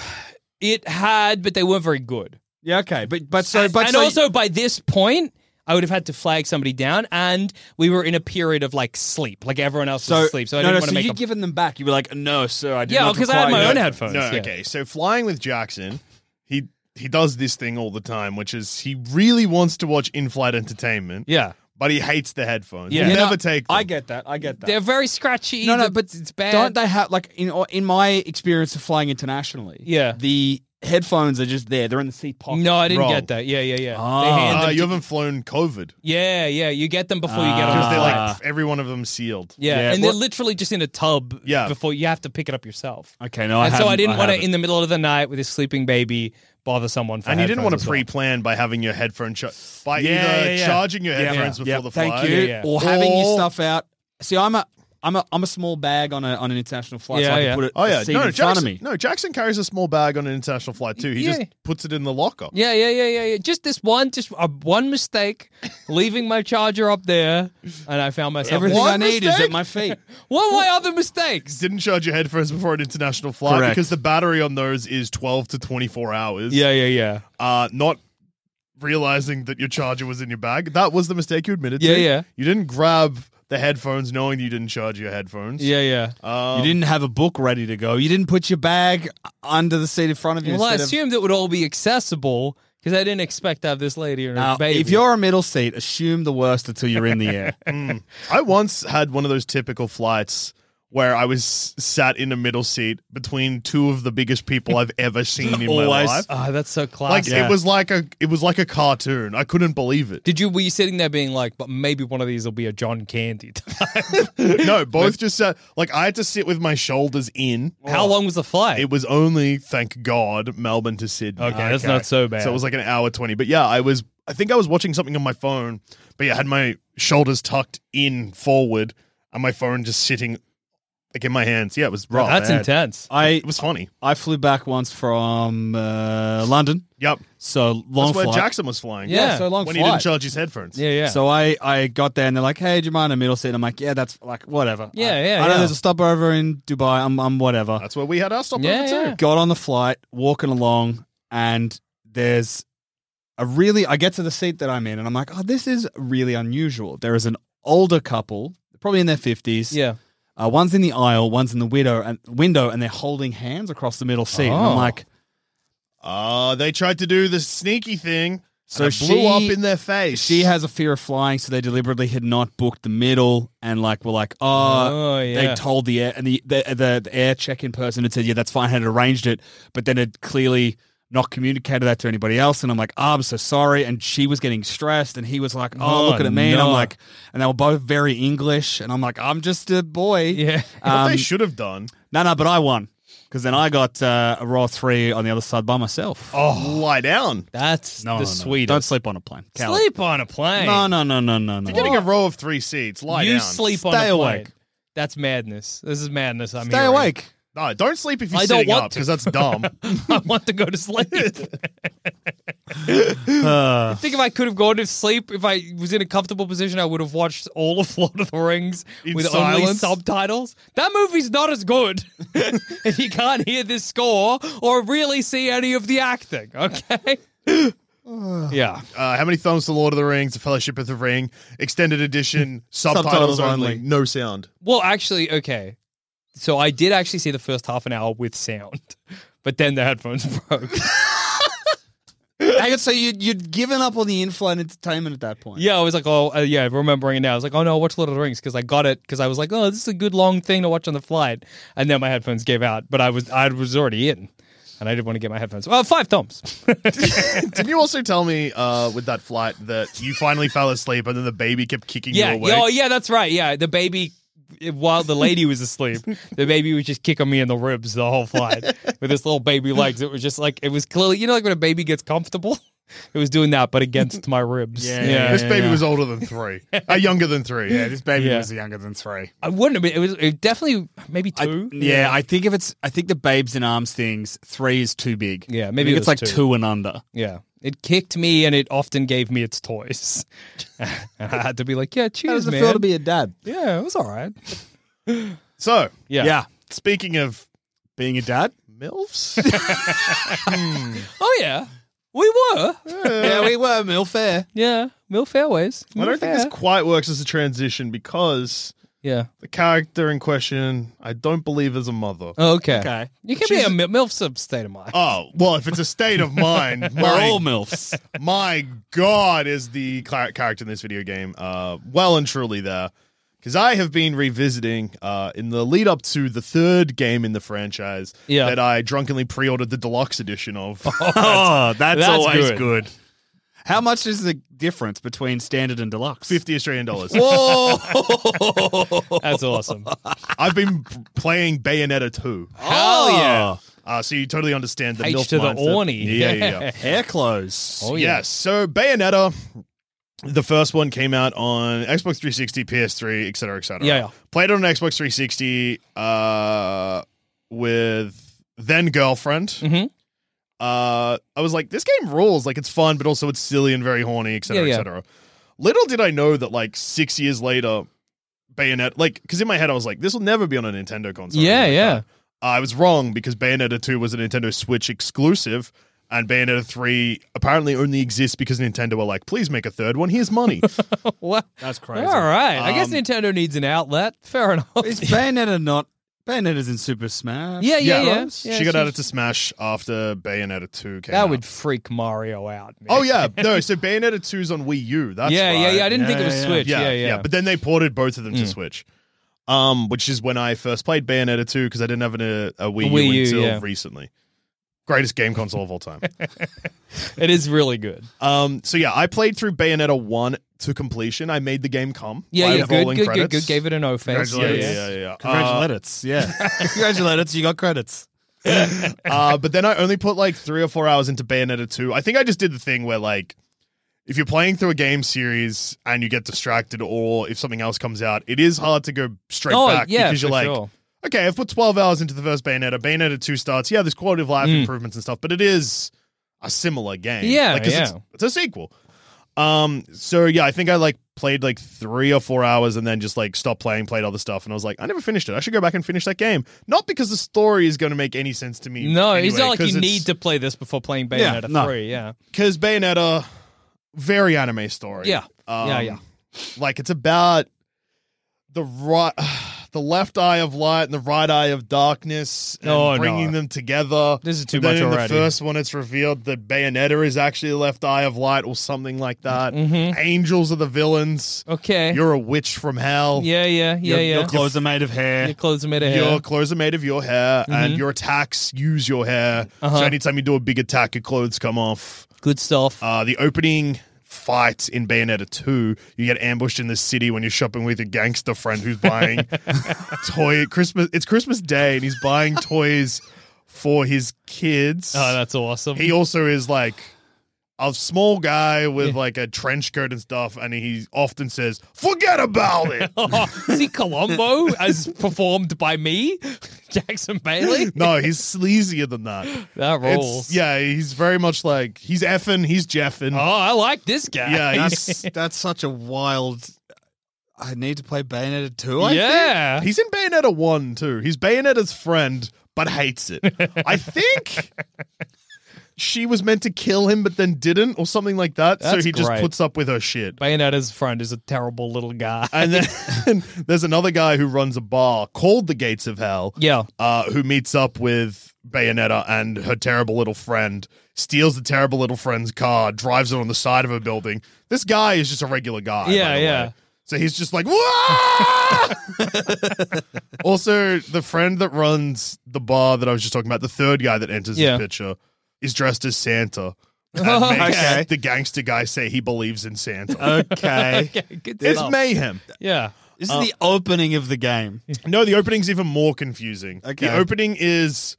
Speaker 4: It had, but they weren't very good.
Speaker 5: Yeah, okay, but but so
Speaker 4: and,
Speaker 5: but
Speaker 4: and
Speaker 5: so-
Speaker 4: also by this point. I would have had to flag somebody down, and we were in a period of like sleep, like everyone else was
Speaker 5: so
Speaker 4: asleep. So I
Speaker 5: no,
Speaker 4: didn't
Speaker 5: no,
Speaker 4: want to
Speaker 5: so
Speaker 4: make
Speaker 5: you
Speaker 4: a
Speaker 5: given them back. You were like, no, sir, I did
Speaker 4: yeah,
Speaker 5: not
Speaker 4: because I had
Speaker 5: require
Speaker 4: my
Speaker 5: your
Speaker 4: own
Speaker 5: headphones."
Speaker 4: headphones.
Speaker 3: No,
Speaker 4: yeah.
Speaker 3: okay. So flying with Jackson, he he does this thing all the time, which is he really wants to watch in-flight entertainment,
Speaker 4: yeah,
Speaker 3: but he hates the headphones.
Speaker 4: Yeah.
Speaker 3: He'll
Speaker 4: Yeah,
Speaker 3: never
Speaker 5: no,
Speaker 3: take. Them.
Speaker 5: I get that. I get that.
Speaker 4: they're very scratchy.
Speaker 5: No, no,
Speaker 4: the-
Speaker 5: but
Speaker 4: it's bad.
Speaker 5: Don't they have like in or- in my experience of flying internationally?
Speaker 4: Yeah.
Speaker 5: the headphones are just there. They're in the seat pocket.
Speaker 4: No, I didn't
Speaker 3: Wrong.
Speaker 4: get that. Yeah, yeah, yeah.
Speaker 5: Ah.
Speaker 4: They hand
Speaker 3: Uh,
Speaker 4: them
Speaker 3: you
Speaker 4: to-
Speaker 3: haven't flown COVID
Speaker 4: yeah, yeah. You get them before you get on
Speaker 5: Ah.
Speaker 3: because
Speaker 4: the
Speaker 3: they're
Speaker 4: flight.
Speaker 5: Ah.
Speaker 3: like every one of them sealed.
Speaker 4: yeah.
Speaker 5: Yeah.
Speaker 4: and they're
Speaker 5: Well-
Speaker 4: literally just in a tub.
Speaker 3: Yeah.
Speaker 4: before you have to pick it up yourself.
Speaker 5: Okay, no, I
Speaker 4: and so I
Speaker 5: haven't-
Speaker 4: didn't want to,
Speaker 5: haven't.
Speaker 4: in the middle of the night with a sleeping baby, bother someone. For
Speaker 3: And you didn't
Speaker 4: headphones
Speaker 3: want
Speaker 4: as
Speaker 3: to
Speaker 4: well.
Speaker 3: pre-plan by having your headphone char- by
Speaker 5: Yeah,
Speaker 3: either
Speaker 5: yeah, yeah.
Speaker 3: charging your
Speaker 5: Yeah.
Speaker 3: headphones before
Speaker 5: Yep.
Speaker 3: the flight.
Speaker 5: Thank you.
Speaker 4: Yeah, yeah.
Speaker 5: Or having your
Speaker 3: Or-
Speaker 5: stuff out. See, I'm a I'm a I'm a small bag on a on an international flight,
Speaker 4: Yeah,
Speaker 5: so I
Speaker 4: yeah.
Speaker 5: can put it
Speaker 3: Oh yeah,
Speaker 5: a seat
Speaker 3: no,
Speaker 5: in
Speaker 3: Jackson,
Speaker 5: front of me.
Speaker 3: no. Jackson carries a small bag on an international flight too. He
Speaker 4: Yeah.
Speaker 3: just puts it in the locker.
Speaker 4: Yeah, yeah, yeah, yeah, yeah. Just this one, just uh, one mistake, leaving my charger up there, and I found myself.
Speaker 5: Everything
Speaker 4: what?
Speaker 5: I need is
Speaker 3: mistake?
Speaker 5: at my feet.
Speaker 4: What were my other mistakes?
Speaker 3: Didn't charge your headphones before an international flight
Speaker 5: Correct.
Speaker 3: because the battery on those is twelve to twenty-four hours.
Speaker 4: Yeah, yeah, yeah,
Speaker 3: uh, not realizing that your charger was in your bag. That was the mistake you admitted
Speaker 4: Yeah,
Speaker 3: to.
Speaker 4: yeah.
Speaker 3: You didn't grab the headphones knowing you didn't charge your headphones.
Speaker 4: yeah, yeah.
Speaker 3: Um,
Speaker 5: you didn't have a book ready to go. You didn't put your bag under the seat in front of you.
Speaker 4: Well, I
Speaker 5: instead of-
Speaker 4: assumed it would all be accessible because I didn't expect to have this lady and her
Speaker 5: Now,
Speaker 4: baby.
Speaker 5: if you're a middle seat, assume the worst until you're in the air.
Speaker 3: I once had one of those typical flights where I was sat in a middle seat between two of the biggest people I've ever seen in my
Speaker 5: Always.
Speaker 3: life.
Speaker 4: Ah, that's so classic.
Speaker 3: Like
Speaker 5: Yeah.
Speaker 3: it was like a it was like a cartoon. I couldn't believe it.
Speaker 4: Did you were you sitting there being like, but maybe one of these will be a John Candy? type?"
Speaker 3: no, both just sat like I had to sit with my shoulders in.
Speaker 5: Oh,
Speaker 4: How long was the flight?
Speaker 3: It was only, thank God, Melbourne to Sydney.
Speaker 4: Okay, that's not so bad.
Speaker 3: So it was like an hour twenty. But yeah, I was. I think I was watching something on my phone, but yeah, I had my shoulders tucked in forward and my phone just sitting like in my hands. Yeah, it was rough.
Speaker 4: that's
Speaker 3: Bad.
Speaker 4: intense.
Speaker 5: I
Speaker 3: It was funny.
Speaker 5: I flew back once from uh, London,
Speaker 3: Yep,
Speaker 5: so long
Speaker 3: that's where
Speaker 5: flight.
Speaker 3: Jackson was flying.
Speaker 4: Yeah,
Speaker 5: so long
Speaker 3: when he
Speaker 5: flight.
Speaker 3: didn't charge his headphones.
Speaker 4: Yeah, yeah.
Speaker 5: So I, I got there and they're like, hey, do you mind a middle seat? I'm like, yeah, that's like whatever.
Speaker 4: Yeah,
Speaker 5: I,
Speaker 4: yeah,
Speaker 5: I know
Speaker 4: yeah.
Speaker 5: there's a stopover in Dubai. I'm I'm whatever.
Speaker 3: that's where we had our stopover
Speaker 4: Yeah,
Speaker 3: too.
Speaker 4: yeah.
Speaker 5: got on the flight, walking along, and there's a really. I get to the seat that I'm in, and I'm like, oh, this is really unusual. There is an older couple, probably in their fifties,
Speaker 4: yeah.
Speaker 5: Uh, one's in the aisle, one's in the widow and window, and they're holding hands across the middle seat. And
Speaker 4: Oh.
Speaker 5: I'm like,
Speaker 3: Uh, they tried to do the sneaky thing. So
Speaker 5: So
Speaker 3: it blew
Speaker 5: she-
Speaker 3: up in their face.
Speaker 5: she has a fear of flying, so they deliberately had not booked the middle, and like were like, oh,
Speaker 4: Oh, yeah.
Speaker 5: they told the air and the the, the, the air check in person had said, yeah, that's fine, had arranged it, but then had clearly not communicated that to anybody else, and I'm like, oh, I'm so sorry, and she was getting stressed, and he was like, oh,
Speaker 4: Oh,
Speaker 5: look at me, and
Speaker 4: no.
Speaker 5: I'm like, and they were both very English, and I'm like, I'm just a boy,
Speaker 4: Yeah.
Speaker 3: What they
Speaker 5: Um,
Speaker 3: should have done.
Speaker 5: no, no, but I won because then I got uh, a roll of three on the other side by myself.
Speaker 3: Oh, lie down.
Speaker 4: That's
Speaker 5: no,
Speaker 4: the
Speaker 5: no, no.
Speaker 4: sweetest.
Speaker 5: Don't sleep on a plane. Coward.
Speaker 4: Sleep on a plane.
Speaker 5: No, no, no, no, no, no.
Speaker 3: You're getting a row of three seats. Lie
Speaker 4: you
Speaker 3: down.
Speaker 4: sleep on a
Speaker 5: Stay
Speaker 4: plane.
Speaker 5: awake.
Speaker 4: That's madness. This is madness. I'm
Speaker 5: Stay
Speaker 4: hearing.
Speaker 5: awake.
Speaker 3: No, don't sleep if you're
Speaker 4: I don't
Speaker 3: sitting
Speaker 4: want
Speaker 3: up
Speaker 4: to.
Speaker 3: because that's dumb.
Speaker 4: I want to go to sleep. Uh, I think if I could have gone to sleep, if I was in a comfortable position, I would have watched all of Lord of the Rings
Speaker 3: In
Speaker 4: with only
Speaker 3: silence?
Speaker 4: subtitles. That movie's not as good if you can't hear this score or really see any of the acting, okay? yeah.
Speaker 3: Uh, how many thumbs to Lord of the Rings, The Fellowship of the Ring, extended edition, subtitles
Speaker 5: Subtitles
Speaker 3: only.
Speaker 5: only.
Speaker 3: no sound.
Speaker 4: Well, actually, okay. So I did actually see the first half an hour with sound, but then the headphones broke.
Speaker 5: Hang on, so you, you'd given up on the in-flight entertainment at that point?
Speaker 4: Yeah, I was like, oh, uh, yeah, remembering it now. I was like, oh no, I watched Lord of the Rings because I got it because I was like, oh, this is a good long thing to watch on the flight, and then my headphones gave out, but I was I was already in, and I didn't want to get my headphones. Well, five thumbs.
Speaker 3: Didn't you also tell me uh, with that flight that you finally fell asleep and then the baby kept kicking
Speaker 4: yeah,
Speaker 3: you awake?
Speaker 4: yeah, oh yeah, that's right. Yeah, the baby. While the lady was asleep, the baby was just kicking me in the ribs the whole flight with its little baby legs. It was just like it was clearly, you know, like when a baby gets comfortable, it was doing that, but against my ribs.
Speaker 5: Yeah, yeah,
Speaker 3: This baby was older than three. uh, younger than three.
Speaker 5: Yeah, this baby
Speaker 4: Yeah.
Speaker 5: was younger than three.
Speaker 4: I wouldn't have been. It was it definitely maybe
Speaker 5: I,
Speaker 4: two.
Speaker 5: yeah, I think if it's, I think the babes in arms things, three is too big.
Speaker 4: Yeah,
Speaker 5: I
Speaker 4: maybe
Speaker 5: think
Speaker 4: it was
Speaker 5: it's like
Speaker 4: two.
Speaker 5: two. and under.
Speaker 4: Yeah. It kicked me and it often gave me its toys. and I had to be like, yeah, cheers, man.
Speaker 5: be a dad?
Speaker 4: yeah, it was all right.
Speaker 3: So,
Speaker 4: Yeah.
Speaker 5: Yeah,
Speaker 3: speaking of
Speaker 5: being a dad.
Speaker 3: MILFs,
Speaker 4: Oh, yeah. We were.
Speaker 5: yeah, we were milfair. fair.
Speaker 4: Yeah. Mill Fairways.
Speaker 3: I
Speaker 4: Mill
Speaker 3: don't think this
Speaker 4: Fair.
Speaker 3: quite works as a transition because
Speaker 4: Yeah.
Speaker 3: the character in question, I don't believe, is a mother.
Speaker 4: Oh, okay.
Speaker 5: Okay.
Speaker 4: You can be a mil- MILF's a state of mind.
Speaker 3: Oh, well, if it's a state of mind,
Speaker 5: We're all
Speaker 3: my,
Speaker 5: milfs.
Speaker 3: my God is the cla- character in this video game uh, well and truly there. Because I have been revisiting uh, in the lead up to the third game in the franchise
Speaker 4: Yeah.
Speaker 3: that I drunkenly pre ordered the deluxe edition of.
Speaker 5: oh, that's,
Speaker 4: that's
Speaker 5: always
Speaker 4: good.
Speaker 5: good. How much is the difference between standard and deluxe?
Speaker 3: 50 Australian dollars. Oh.
Speaker 5: Whoa!
Speaker 4: That's awesome.
Speaker 3: I've been p- playing Bayonetta 2.
Speaker 4: Hell yeah.
Speaker 3: Uh, so you totally understand the
Speaker 4: H
Speaker 3: MILF
Speaker 4: to the
Speaker 3: mindset.
Speaker 4: Orny.
Speaker 3: Yeah, yeah, yeah.
Speaker 5: Hair clothes.
Speaker 4: Oh, yeah.
Speaker 3: Yes. So Bayonetta, the first one came out on Xbox 360, PS3, et cetera, et cetera.
Speaker 4: Yeah, yeah.
Speaker 3: Played it on Xbox 360 uh, with then girlfriend.
Speaker 4: Mhm.
Speaker 3: Uh, I was like, this game rules. Like, it's fun, but also it's silly and very horny, et cetera,
Speaker 4: Yeah, yeah.
Speaker 3: et cetera. Little did I know that, like, six years later, Bayonetta, like, because in my head I was like, this will never be on a Nintendo console.
Speaker 4: Yeah,
Speaker 3: Like,
Speaker 4: yeah.
Speaker 3: I was wrong because Bayonetta 2 was a Nintendo Switch exclusive, and Bayonetta 3 apparently only exists because Nintendo were like, please make a third one. Here's money.
Speaker 4: What?
Speaker 5: That's
Speaker 4: All
Speaker 5: crazy.
Speaker 4: right. I guess
Speaker 3: Um,
Speaker 4: Nintendo needs an outlet. Fair enough.
Speaker 5: Is Bayonetta not? Bayonetta's in Super Smash.
Speaker 4: yeah, yeah, yeah, Yeah,
Speaker 3: she got
Speaker 4: she's-
Speaker 3: added to Smash after Bayonetta 2 came
Speaker 4: That
Speaker 3: out.
Speaker 4: would freak Mario out. Man.
Speaker 3: Oh, yeah. No, so Bayonetta 2's on Wii U. That's
Speaker 4: yeah, yeah,
Speaker 3: right.
Speaker 4: yeah. I didn't
Speaker 5: Yeah,
Speaker 4: think it was
Speaker 5: yeah, yeah.
Speaker 4: Switch. Yeah, Mm. yeah.
Speaker 3: But then they ported both of them to Switch. Um, which is when I first played Bayonetta 2 because I didn't have an, a, a Wii,
Speaker 4: Wii U,
Speaker 3: U until
Speaker 4: yeah.
Speaker 3: recently. Greatest game console of all time.
Speaker 4: it is really good.
Speaker 3: Um, so yeah, I played through Bayonetta one to completion. I made the game come.
Speaker 4: Yeah,
Speaker 3: by
Speaker 4: yeah, good,
Speaker 3: rolling
Speaker 4: good, good,
Speaker 3: credits.
Speaker 4: good. Gave it an O face. Yeah,
Speaker 3: Congratulations.
Speaker 4: yeah.
Speaker 3: Yeah, yeah, yeah.
Speaker 5: Congratulations.
Speaker 4: Uh.
Speaker 5: yeah. Congratulations. You got credits.
Speaker 3: Uh, but then I only put like three or four hours into Bayonetta two. I think I just did the thing where like, if you're playing through a game series and you get distracted, or if something else comes out, it is hard to go straight
Speaker 4: Oh,
Speaker 3: back
Speaker 4: yeah,
Speaker 3: because you're
Speaker 4: for
Speaker 3: like.
Speaker 4: sure.
Speaker 3: Okay, I've put 12 hours into the first Bayonetta. Bayonetta 2 starts. Yeah, there's quality of life improvements and stuff, but it is a similar game.
Speaker 4: Hmm. Yeah,
Speaker 3: Like, 'cause
Speaker 4: yeah.
Speaker 3: It's, it's a sequel. Um, so yeah, I think I like played like three or four hours and then just like stopped playing, played other stuff, and I was like, I never finished it. I should go back and finish that game. Not because the story is going to make any sense to me.
Speaker 4: No, it's not like you need to play this before playing Bayonetta
Speaker 5: Yeah, no.
Speaker 4: 3. Yeah.
Speaker 3: because Bayonetta, very anime story.
Speaker 4: Yeah. Yeah, yeah.
Speaker 3: Like it's about the right. the left eye of light and the right eye of darkness, and
Speaker 4: Oh, no.
Speaker 3: bringing them together.
Speaker 4: This is too
Speaker 3: And then
Speaker 4: much
Speaker 3: in
Speaker 4: already.
Speaker 3: The first one, it's revealed that Bayonetta is actually the left eye of light or something like that. Angels are the villains.
Speaker 4: Mm-hmm. Okay.
Speaker 3: You're a witch from hell.
Speaker 4: yeah, yeah, yeah,
Speaker 5: your,
Speaker 4: yeah.
Speaker 5: Your clothes are made of hair.
Speaker 4: Your clothes are made of hair.
Speaker 3: Your clothes are made of your hair, and your attacks use your hair.
Speaker 4: Mm-hmm. Uh-huh.
Speaker 3: So anytime you do a big attack, your clothes come off.
Speaker 4: Good stuff.
Speaker 3: Uh, the opening fight in Bayonetta 2, you get ambushed in the city when you're shopping with a gangster friend who's buying toy Christmas. It's Christmas Day, and he's buying toys for his kids.
Speaker 4: oh, that's awesome.
Speaker 3: he also is like a small guy with like a trench coat and stuff, and he often says, "Forget about it."
Speaker 4: Is he Columbo as performed by me, Jackson Bailey?
Speaker 3: no, he's sleazier than that.
Speaker 4: That
Speaker 3: It's-
Speaker 4: rules.
Speaker 3: yeah, he's very much like he's effing, he's jeffing.
Speaker 4: Oh, I like this guy.
Speaker 3: Yeah,
Speaker 5: That's,
Speaker 3: he's
Speaker 5: that's such a wild. I need to play Bayonetta 2. I
Speaker 4: yeah.
Speaker 3: he's in Bayonetta one too. He's Bayonetta's friend, but hates it. I think she was meant to kill him, but then didn't, or something like that. so
Speaker 4: That's
Speaker 3: he just
Speaker 4: great.
Speaker 3: puts up with her shit.
Speaker 4: Bayonetta's friend is a terrible little guy.
Speaker 3: And then there's another guy who runs a bar called the Gates of Hell.
Speaker 4: yeah.
Speaker 3: uh, who meets up with Bayonetta and her terrible little friend, steals the terrible little friend's car, drives it on the side of a building. This guy is just a regular guy. by
Speaker 4: Yeah,
Speaker 3: the way.
Speaker 4: yeah.
Speaker 3: So he's just like, "Wah!" also, the friend that runs the bar that I was just talking about, the third guy that enters
Speaker 4: Yeah.
Speaker 3: the picture, is dressed as Santa. And makes
Speaker 5: Okay.
Speaker 3: the gangster guy say he believes in Santa.
Speaker 5: think? Okay.
Speaker 4: Okay, good
Speaker 3: it's
Speaker 4: stuff.
Speaker 3: mayhem.
Speaker 4: yeah.
Speaker 5: This is the opening of the game.
Speaker 3: No, the opening's even more confusing.
Speaker 5: Okay.
Speaker 3: The opening is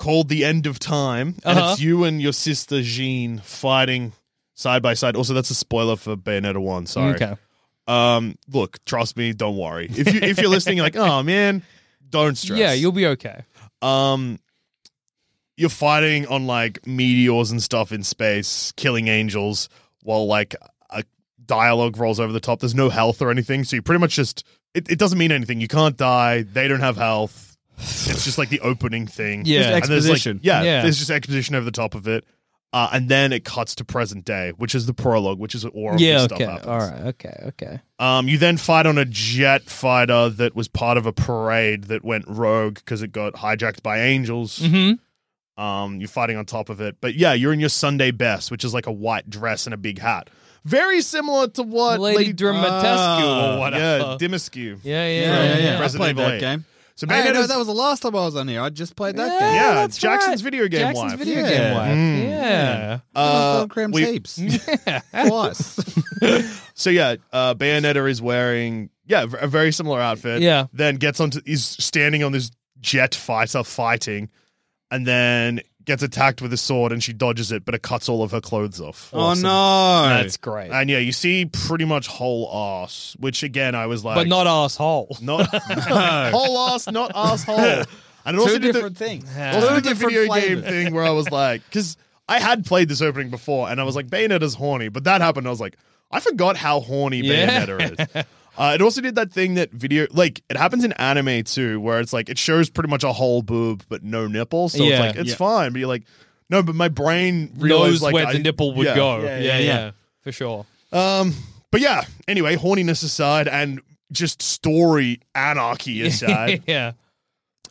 Speaker 3: called The End of Time, and
Speaker 4: Uh-huh.
Speaker 3: it's you and your sister Jean fighting side by side. Also, that's a spoiler for Bayonetta 1, sorry.
Speaker 4: Okay.
Speaker 3: Um, look, trust me, don't worry. If you if you're listening, you're like, oh man, don't stress.
Speaker 4: Yeah, you'll be okay.
Speaker 3: um you're fighting on like meteors and stuff in space, killing angels, while like a dialogue rolls over the top. There's no health or anything, so you pretty much just it, it doesn't mean anything. You can't die. They don't have health. It's just like the opening thing.
Speaker 4: Yeah. Just
Speaker 3: And there's, like-
Speaker 5: exposition.
Speaker 3: yeah,
Speaker 4: Yeah.
Speaker 3: there's just exposition over the top of it, uh, and then it cuts to present day, which is the prologue, which is where all of
Speaker 4: yeah,
Speaker 3: this
Speaker 4: okay.
Speaker 3: stuff happens.
Speaker 4: All right. Okay, okay.
Speaker 3: Um, you then fight on a jet fighter that was part of a parade that went rogue because it got hijacked by angels.
Speaker 4: Mhm.
Speaker 3: Um, you're fighting on top of it, but yeah, you're in your Sunday best, which is like a white dress and a big hat, very similar to what
Speaker 4: Lady, Dramatescu
Speaker 5: Ah,
Speaker 4: or
Speaker 3: uh, yeah,
Speaker 4: whatever.
Speaker 3: Dimiscu.
Speaker 4: Yeah, yeah,
Speaker 5: Yeah, yeah, yeah. I
Speaker 3: Resident
Speaker 5: played that
Speaker 3: Evil.
Speaker 5: game.
Speaker 3: So
Speaker 5: Hey,
Speaker 3: Bayonetta's-
Speaker 5: no, that was the last time I was on here. I just played that
Speaker 4: Yeah,
Speaker 5: game.
Speaker 3: yeah,
Speaker 4: that's
Speaker 3: Jackson's
Speaker 4: right.
Speaker 3: video game
Speaker 4: Jackson's
Speaker 3: wife.
Speaker 4: video
Speaker 5: Yeah.
Speaker 4: game wife.
Speaker 3: Mm.
Speaker 4: Yeah.
Speaker 3: uh,
Speaker 5: Crams
Speaker 3: we-
Speaker 5: heaps. Twice.
Speaker 3: So yeah, uh, Bayonetta is wearing yeah a very similar outfit.
Speaker 4: Yeah.
Speaker 3: Then gets onto is standing on this jet fighter fighting, and then gets attacked with a sword and she dodges it, but it cuts all of her clothes off.
Speaker 5: Oh no!
Speaker 4: That's great.
Speaker 3: And yeah, you see pretty much whole ass, which again I was like,
Speaker 4: but not asshole.
Speaker 3: not whole ass, not asshole. And it
Speaker 5: two
Speaker 3: also did the-
Speaker 5: different things.
Speaker 3: also did the
Speaker 5: different
Speaker 3: video game
Speaker 5: flavors.
Speaker 3: thing where I was like, because I had played this opening before, and I was like, Bayonetta's horny, but that happened. I was like, I forgot how horny
Speaker 4: Yeah.
Speaker 3: Bayonetta is. Uh, it also did that thing that video, like it happens in anime too, where it's like it shows pretty much a whole boob but no nipple, so
Speaker 4: Yeah.
Speaker 3: it's like it's
Speaker 5: Yeah.
Speaker 3: fine, but you're like, no, but my brain realized
Speaker 4: Knows
Speaker 3: like
Speaker 4: where
Speaker 3: I-
Speaker 4: the nipple would
Speaker 3: yeah.
Speaker 4: go.
Speaker 5: Yeah,
Speaker 4: Yeah
Speaker 5: yeah,
Speaker 4: yeah,
Speaker 5: yeah.
Speaker 4: For sure.
Speaker 3: Um, but yeah, anyway, horniness aside, and just story anarchy aside,
Speaker 4: yeah.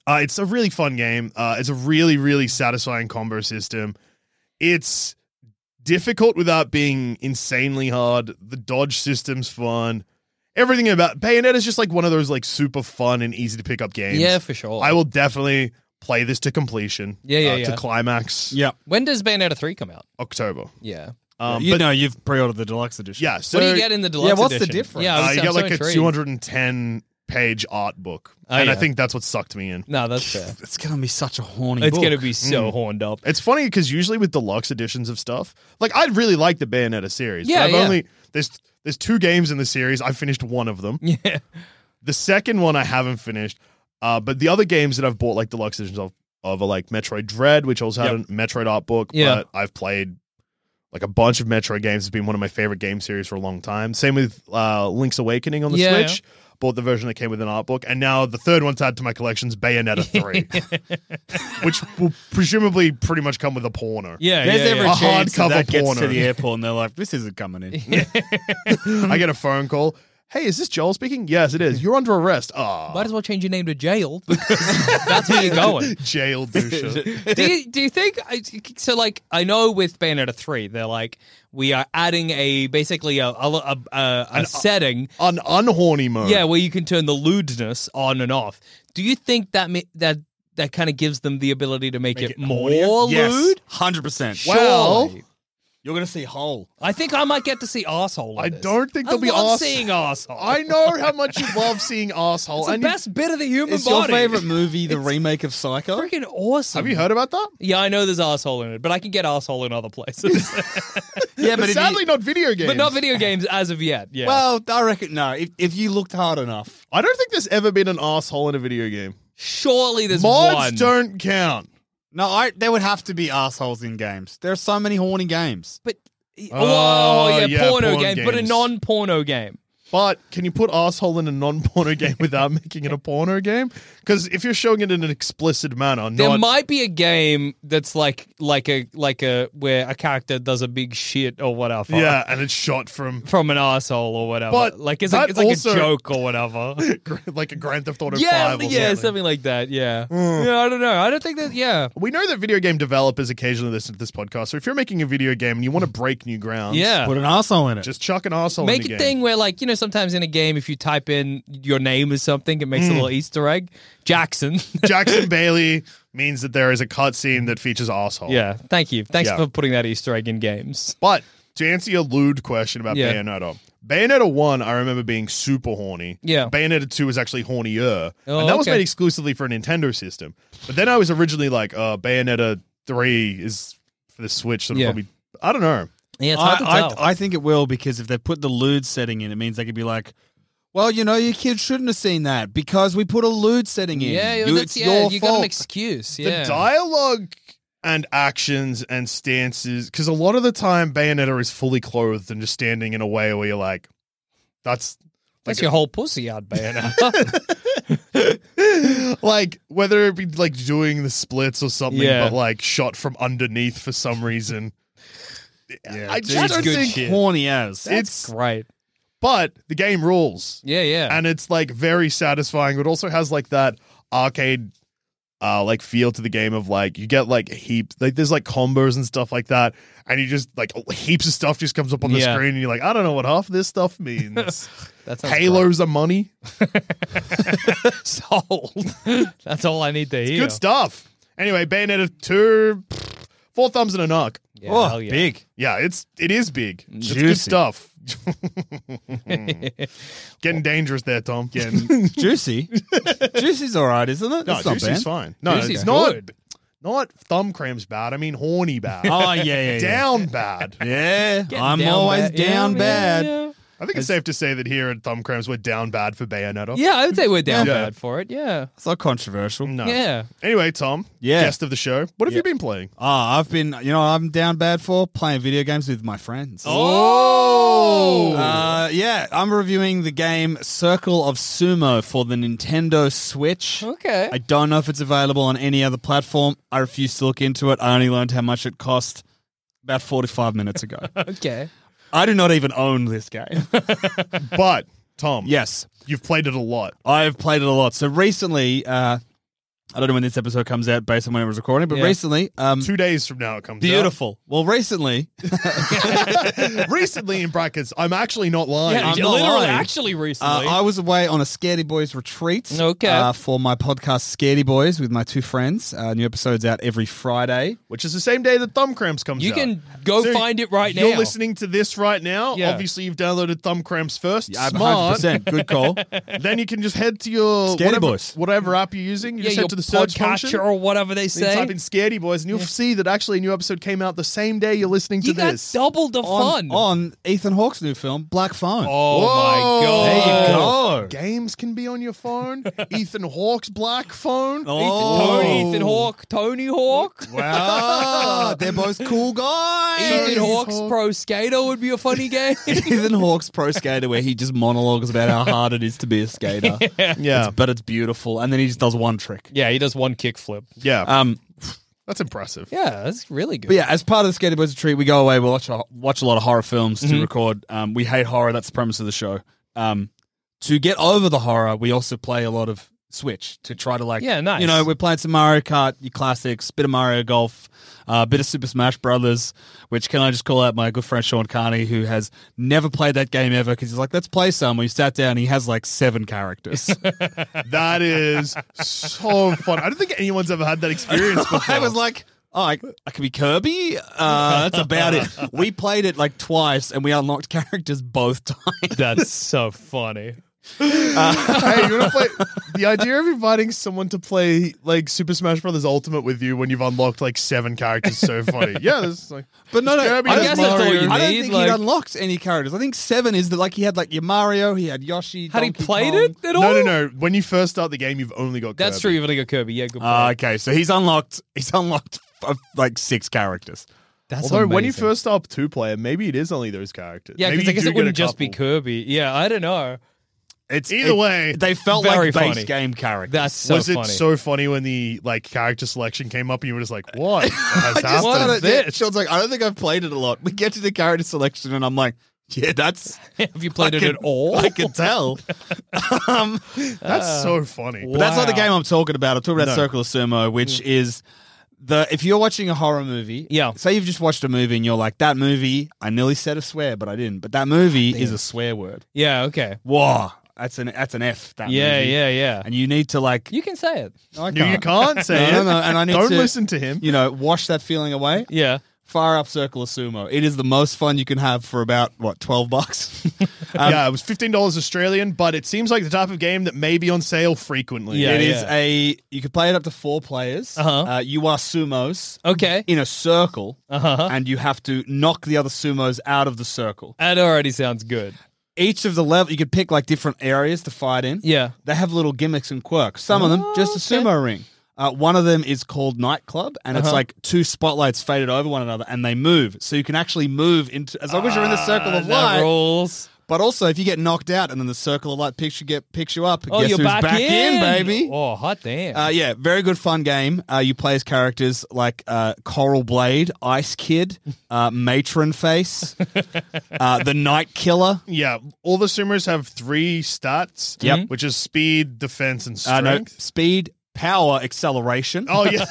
Speaker 3: Uh, it's a really fun game. Uh, it's a really, really satisfying combo system. It's difficult without being insanely hard. The dodge system's fun. Everything about Bayonetta is just like one of those like super fun and easy to pick up games.
Speaker 4: Yeah, for sure.
Speaker 3: I will definitely play this to completion.
Speaker 4: Yeah, yeah,
Speaker 3: uh,
Speaker 4: yeah.
Speaker 3: To climax.
Speaker 5: Yeah,
Speaker 4: when does Bayonetta 3 come out?
Speaker 3: October.
Speaker 4: Yeah.
Speaker 3: Um,
Speaker 5: you
Speaker 3: but
Speaker 5: know you've pre-ordered the deluxe edition.
Speaker 3: yeah. So
Speaker 4: what do you get in the deluxe
Speaker 5: Yeah, what's the
Speaker 4: edition?
Speaker 5: difference?
Speaker 4: Yeah, I
Speaker 3: uh,
Speaker 4: was,
Speaker 3: you
Speaker 4: I'm
Speaker 3: get
Speaker 4: so
Speaker 3: like a
Speaker 4: intrigued.
Speaker 3: 210 page art book,
Speaker 4: Oh,
Speaker 3: and I
Speaker 4: yeah.
Speaker 3: think that's what sucked me in.
Speaker 4: No, that's fair. Mm.
Speaker 5: it's gonna be such a horny.
Speaker 4: It's going to
Speaker 5: book.
Speaker 4: be so horned up.
Speaker 3: It's funny because usually with deluxe editions of stuff, like I really like the Bayonetta series.
Speaker 4: Yeah,
Speaker 3: but I've
Speaker 4: yeah.
Speaker 3: only there's there's two games in the series. I finished one of them.
Speaker 4: Yeah.
Speaker 3: The second one I haven't finished. Uh, but the other games that I've bought like deluxe editions of, of are like Metroid Dread, which also had
Speaker 5: Yep.
Speaker 3: a Metroid art book.
Speaker 4: Yeah.
Speaker 3: But I've played like a bunch of Metroid games. It's been one of my favorite game series for a long time. Same with uh, Link's Awakening on the
Speaker 4: Yeah.
Speaker 3: Switch. Bought the version that came with an art book, and now the third one to add to my collection's Bayonetta three, which will presumably pretty much come with a porno.
Speaker 4: Yeah,
Speaker 5: There's
Speaker 4: yeah, yeah.
Speaker 5: every
Speaker 3: A
Speaker 5: chance that,
Speaker 3: hardcover
Speaker 5: that gets
Speaker 3: porno.
Speaker 5: to the airport and they're like, "This isn't coming in."
Speaker 3: I get a phone call. hey, is this Joel speaking? Yes, it is. You're under arrest. Ah,
Speaker 4: Might as well change your name to jail. because that's where you're going.
Speaker 3: jail douche.
Speaker 4: do you do you think I- so? Like I know with Bayonetta three, they're like we are adding a basically a a, a, a, a setting,
Speaker 3: An unhorny mode.
Speaker 4: yeah, where you can turn the lewdness on and off. Do you think that ma- that that kind of gives them the ability to make, it,
Speaker 3: it
Speaker 4: more
Speaker 3: hornier? Yes.
Speaker 4: lewd?
Speaker 5: Hundred percent.
Speaker 3: Well,
Speaker 4: Surely.
Speaker 5: You're gonna see hole.
Speaker 4: I think I might get to see asshole. in
Speaker 3: I
Speaker 4: this.
Speaker 3: don't think
Speaker 4: I
Speaker 3: there'll be
Speaker 4: love
Speaker 3: arse-
Speaker 4: seeing asshole.
Speaker 3: I know how much you love seeing asshole.
Speaker 4: it's the
Speaker 3: and you-
Speaker 4: best bit of the human
Speaker 5: It's your
Speaker 4: body.
Speaker 5: favorite movie, the remake of Psycho.
Speaker 4: Freaking awesome.
Speaker 3: have you heard about that?
Speaker 4: Yeah, I know there's asshole in it, but I can get asshole in other places.
Speaker 5: Yeah,
Speaker 3: But
Speaker 5: if you-
Speaker 3: sadly, not video games.
Speaker 4: but not video games as of yet. Yeah.
Speaker 5: Well, I reckon no. If, if you looked hard enough,
Speaker 3: I don't think there's ever been an asshole in a video game.
Speaker 4: surely there's
Speaker 3: Mods
Speaker 4: one.
Speaker 3: don't count.
Speaker 5: no, I there would have to be assholes in games. There are so many horny games.
Speaker 4: But
Speaker 3: Oh,
Speaker 4: oh, yeah,
Speaker 3: yeah,
Speaker 4: porno
Speaker 3: porn
Speaker 4: game, but a
Speaker 3: games.
Speaker 4: non-porno game.
Speaker 3: But can you put asshole in a non-porno game without making it a porno game? Because if you're showing it in an explicit manner,
Speaker 4: There
Speaker 3: not
Speaker 4: might be a game that's like like a like a where a character does a big shit or whatever.
Speaker 3: yeah, and it's shot from
Speaker 4: From an asshole or whatever.
Speaker 3: But
Speaker 4: like it's,
Speaker 3: that
Speaker 4: like, it's like
Speaker 3: also-
Speaker 4: a joke or whatever.
Speaker 3: like a Grand Theft Auto
Speaker 4: yeah,
Speaker 3: Five. Or
Speaker 4: yeah,
Speaker 3: something. Mm.
Speaker 4: something like that. Yeah. Yeah, I don't know. I don't think that yeah.
Speaker 3: We know that video game developers occasionally listen to this podcast. So if you're making a video game and you want to break new ground,
Speaker 4: Yeah.
Speaker 5: Put an asshole in it.
Speaker 3: just chuck an asshole.
Speaker 4: Make
Speaker 3: in the
Speaker 4: a
Speaker 3: game.
Speaker 4: thing where, like, you know, sometimes in a game, if you type in your name or something, it makes
Speaker 3: Mm.
Speaker 4: a little Easter egg. Jackson.
Speaker 3: Jackson Bailey means that there is a cutscene that features asshole.
Speaker 4: yeah. Thank you. Thanks
Speaker 3: Yeah.
Speaker 4: for putting that Easter egg in games.
Speaker 3: But to answer your lewd question about
Speaker 4: Yeah.
Speaker 3: Bayonetta, Bayonetta 1, I remember being super horny.
Speaker 4: Yeah.
Speaker 3: Bayonetta 2 was actually hornier.
Speaker 4: Oh,
Speaker 3: and that was
Speaker 4: okay.
Speaker 3: made exclusively for a Nintendo system. But then I was originally like, uh, Bayonetta 3 is for the Switch, so it'll
Speaker 4: Yeah.
Speaker 3: probably. I don't know.
Speaker 4: Yeah, it's hard to
Speaker 5: I,
Speaker 4: tell.
Speaker 5: I, I think it will because if they put the lewd setting in, it means they could be like, well, you know, your kids shouldn't have seen that because we put a lewd setting in.
Speaker 4: Yeah,
Speaker 5: you,
Speaker 4: that's,
Speaker 5: it's
Speaker 4: yeah,
Speaker 5: your
Speaker 4: you got
Speaker 5: fault.
Speaker 4: an excuse.
Speaker 3: The
Speaker 4: Yeah.
Speaker 3: dialogue and actions and stances, because a lot of the time Bayonetta is fully clothed and just standing in a way where you're like, that's
Speaker 4: That's your whole pussy out, Bayonetta.
Speaker 3: like whether it be like doing the splits or something,
Speaker 4: Yeah.
Speaker 3: but like shot from underneath for some reason.
Speaker 5: Yeah,
Speaker 3: I
Speaker 5: dude,
Speaker 3: just don't
Speaker 4: good
Speaker 3: think.
Speaker 4: shit.
Speaker 5: horny as.
Speaker 3: It's
Speaker 4: Great.
Speaker 3: but the game rules,
Speaker 4: Yeah, yeah.
Speaker 3: and it's like very satisfying. But also has like that arcade. Uh, like feel to the game of like you get like heaps like there's like combos and stuff like that and you just like oh, heaps of stuff just comes up on the
Speaker 4: Yeah.
Speaker 3: screen and you're like I don't know what half this stuff means
Speaker 4: that sounds
Speaker 3: halos are money
Speaker 4: great. sold. that's all I need to hear.
Speaker 3: good stuff anyway Bayonetta two pfft, four thumbs and a knock
Speaker 4: Yeah,
Speaker 5: oh,
Speaker 4: hell yeah.
Speaker 5: big.
Speaker 3: Yeah, it's it is big. It's
Speaker 5: Juicy.
Speaker 3: good stuff. Getting dangerous there, Tom. Getting
Speaker 5: Juicy. Juicy's all right, isn't it?
Speaker 3: no,
Speaker 5: It's not
Speaker 3: juicy's
Speaker 5: bad.
Speaker 3: fine. No,
Speaker 4: Juicy's
Speaker 3: it's not
Speaker 4: good.
Speaker 3: not thumb cramps bad. I mean horny bad.
Speaker 5: Oh, yeah, yeah, yeah.
Speaker 3: Down bad.
Speaker 5: Yeah,
Speaker 4: Getting
Speaker 5: I'm
Speaker 4: down
Speaker 5: always
Speaker 4: bad. Yeah,
Speaker 5: down
Speaker 4: yeah,
Speaker 5: bad.
Speaker 4: Yeah,
Speaker 3: I think it's safe to say that here at Thumb Cramps we're down bad for Bayonetta.
Speaker 4: Yeah, I would say we're down
Speaker 3: Yeah.
Speaker 4: bad for it. Yeah.
Speaker 5: It's not controversial.
Speaker 3: No.
Speaker 4: Yeah.
Speaker 3: Anyway, Tom,
Speaker 5: Yeah.
Speaker 3: guest of the show, what have you been playing?
Speaker 5: Ah, I've been, you know, what I'm down bad for playing video games with my friends.
Speaker 4: Oh.
Speaker 5: Uh, yeah, I'm reviewing the game Circle of Sumo for the Nintendo Switch.
Speaker 4: okay.
Speaker 5: I don't know if it's available on any other platform. I refuse to look into it. I only learned how much it cost about 45 minutes ago.
Speaker 4: okay.
Speaker 5: I do not even own this game.
Speaker 3: But Tom,
Speaker 5: yes,
Speaker 3: you've played it a lot.
Speaker 5: I've played it a lot. So recently, uh, I don't know when this episode comes out based on when it was recording, but
Speaker 4: Yeah.
Speaker 5: recently, um,
Speaker 3: Two days from now it comes
Speaker 5: beautiful. Well, recently,
Speaker 3: out. Recently in brackets, I'm actually not lying.
Speaker 4: Yeah,
Speaker 5: I'm not
Speaker 4: literally,
Speaker 5: lying.
Speaker 4: actually, recently.
Speaker 5: Uh, I was away on a Scaredy Boys retreat.
Speaker 4: Okay.
Speaker 5: Uh, for my podcast Scaredy Boys with my two friends. Uh, new episodes out every Friday.
Speaker 3: Which is the same day that Thumb Cramps comes
Speaker 4: you
Speaker 3: out.
Speaker 4: can go
Speaker 3: So
Speaker 4: find it right
Speaker 3: you're
Speaker 4: now.
Speaker 3: listening to this right now.
Speaker 4: Yeah.
Speaker 3: Obviously, you've downloaded Thumb Cramps first.
Speaker 5: Yeah,
Speaker 3: Smart.
Speaker 5: 100%. Good call.
Speaker 3: Then you can just head to your
Speaker 5: Scaredy
Speaker 3: whatever,
Speaker 5: Boys.
Speaker 3: whatever app you're using. You
Speaker 4: yeah,
Speaker 3: just
Speaker 4: your
Speaker 3: head to the search function.
Speaker 4: podcatcher or whatever they
Speaker 3: then you
Speaker 4: say.
Speaker 3: type in Scaredy Boys, and you'll see that actually a new episode came out the same day you're listening
Speaker 4: You
Speaker 3: to
Speaker 4: got
Speaker 3: this.
Speaker 4: double the
Speaker 5: on,
Speaker 4: fun.
Speaker 5: on Ethan Hawke's new film, Black Phone.
Speaker 4: Oh
Speaker 3: Whoa.
Speaker 4: my god!
Speaker 5: there you go.
Speaker 3: Games can be on your phone. Ethan Hawke's black phone.
Speaker 5: Oh.
Speaker 4: Tony, Ethan Hawke, Tony Hawke.
Speaker 5: Wow. They're both cool guys.
Speaker 4: Ethan
Speaker 3: Tony
Speaker 4: Hawke's
Speaker 3: Hawke.
Speaker 4: Pro Skater would be a funny game.
Speaker 5: Ethan Hawke's pro skater, where he just monologues about how hard it is to be a skater.
Speaker 3: Yeah,
Speaker 5: It's- but it's beautiful. And then he just does one trick.
Speaker 4: yeah, he does one kickflip.
Speaker 3: yeah,
Speaker 5: Um,
Speaker 3: Uh, that's impressive.
Speaker 4: Yeah, that's really good.
Speaker 5: But yeah, as part of the Skateboards Boys retreat, we
Speaker 4: Mm-hmm.
Speaker 5: go away. We watch a, watch a lot of horror films to record. Um, we hate horror. That's the premise of the show. Um, to get over the horror, we also play a lot of Switch to try to like,
Speaker 4: Yeah, nice.
Speaker 5: You know, we're playing some Mario Kart, your classics, bit of Mario Golf, a uh, bit of Super Smash Brothers. Which can I just call out my good friend Sean Carney, who has never played that game ever because he's like, let's play some. We sat down, he has like seven characters.
Speaker 3: That is so fun. I don't think anyone's ever had that experience before.
Speaker 5: I was like, oh, I, I could be Kirby. Uh, that's about it. We played it like twice, and we unlocked characters both times.
Speaker 4: That's so funny.
Speaker 3: hey, you want to play? The idea of inviting someone to play like Super Smash Brothers Ultimate with you when you've unlocked like seven characters is so funny. Yeah, this is like,
Speaker 5: But no, no,
Speaker 3: There's
Speaker 5: I,
Speaker 3: Kirby, there's
Speaker 5: guess that's all
Speaker 3: Mario.
Speaker 5: you
Speaker 4: I
Speaker 5: I
Speaker 4: don't
Speaker 5: don't
Speaker 4: need,
Speaker 5: think
Speaker 4: like-
Speaker 5: he unlocked any characters. I think seven is that like he had like your Mario, he had Yoshi.
Speaker 4: Had he
Speaker 5: Donkey
Speaker 4: played
Speaker 5: Kong.
Speaker 4: it at all?
Speaker 3: no, no, no. When you first start the game, you've only got
Speaker 4: That's true.
Speaker 3: Kirby.
Speaker 4: You've only got Kirby. Yeah, good point.
Speaker 5: Uh, okay, so he's unlocked. He's unlocked uh, like six characters.
Speaker 4: That's
Speaker 3: Although when you
Speaker 4: amazing.
Speaker 3: first start two player, maybe it is only those characters.
Speaker 4: yeah,
Speaker 3: Maybe
Speaker 4: because I
Speaker 3: you
Speaker 4: guess
Speaker 3: do
Speaker 4: it
Speaker 3: get
Speaker 4: wouldn't
Speaker 3: a
Speaker 4: just be
Speaker 3: couple.
Speaker 4: Kirby. Yeah, I don't know.
Speaker 5: It's
Speaker 3: Either
Speaker 5: it-
Speaker 3: way,
Speaker 5: they felt
Speaker 4: very
Speaker 5: like base
Speaker 4: funny.
Speaker 5: game characters.
Speaker 4: That's so
Speaker 3: was
Speaker 4: funny.
Speaker 3: it so funny when the like character selection came up and you were just like, "What has
Speaker 5: I
Speaker 3: happened?"
Speaker 4: What
Speaker 5: don't-
Speaker 4: is this?
Speaker 5: yeah, Sean's like, I don't think I've played it a lot. We get to the character selection, and I'm like, yeah, that's
Speaker 4: Have you played
Speaker 5: I
Speaker 4: it
Speaker 5: can-
Speaker 4: at all?
Speaker 5: I can tell. um,
Speaker 3: That's so funny.
Speaker 5: But that's not the
Speaker 4: Wow.
Speaker 5: game I'm talking about. I'm talking about
Speaker 3: No.
Speaker 5: Circle of Sumo, which is the if you're watching a horror movie,
Speaker 4: Yeah.
Speaker 5: Say you've just watched a movie and you're like, that movie, I nearly said a swear, but I didn't. But that movie is a swear word.
Speaker 4: yeah, okay.
Speaker 5: Whoa, that's an that's an F. That
Speaker 4: Yeah,
Speaker 5: movie.
Speaker 4: yeah, yeah.
Speaker 5: And you need to like,
Speaker 4: You can say it.
Speaker 5: I
Speaker 3: You, you can't say
Speaker 5: No,
Speaker 3: it.
Speaker 5: no, no, and I need
Speaker 3: Don't
Speaker 5: to-
Speaker 3: listen to him.
Speaker 5: you know, wash that feeling away.
Speaker 4: Yeah.
Speaker 5: Fire up Circle of Sumo. It is the most fun you can have for about what twelve bucks. Um,
Speaker 3: yeah, it was fifteen dollars Australian, but it seems like the type of game that may be on sale frequently.
Speaker 4: Yeah.
Speaker 5: It is a you can play it up to four players.
Speaker 4: Uh-huh.
Speaker 5: Uh, you are sumos.
Speaker 4: Okay.
Speaker 5: in a circle
Speaker 4: Uh-huh.
Speaker 5: and you have to knock the other sumos out of the circle.
Speaker 4: That already sounds good.
Speaker 5: Each of the level you could pick like different areas to fight in.
Speaker 4: Yeah. Oh,
Speaker 5: They have little gimmicks and quirks. Some of them just a
Speaker 4: Okay.
Speaker 5: sumo ring. Uh, one of them is called nightclub, and it's
Speaker 4: Uh-huh.
Speaker 5: like two spotlights faded over one another, and they move. So you can actually move into as long as you're in the circle
Speaker 4: Uh,
Speaker 5: of
Speaker 4: the
Speaker 5: light.
Speaker 4: rules.
Speaker 5: But also, if you get knocked out, and then the circle of light picks you get picks you up.
Speaker 4: Oh,
Speaker 5: guess
Speaker 4: you're
Speaker 5: who's
Speaker 4: back,
Speaker 5: in? baby.
Speaker 4: Oh, hot damn.
Speaker 5: Uh, yeah, very good fun game. Uh, you play as characters like uh, Coral Blade, Ice Kid, uh, Matron Face, uh, the Night Killer.
Speaker 3: Yeah, all the swimmers have three stats.
Speaker 5: Yep.
Speaker 3: which is speed, defense, and
Speaker 5: Uh, no,
Speaker 3: strength.
Speaker 5: speed, power, acceleration.
Speaker 3: Oh yeah,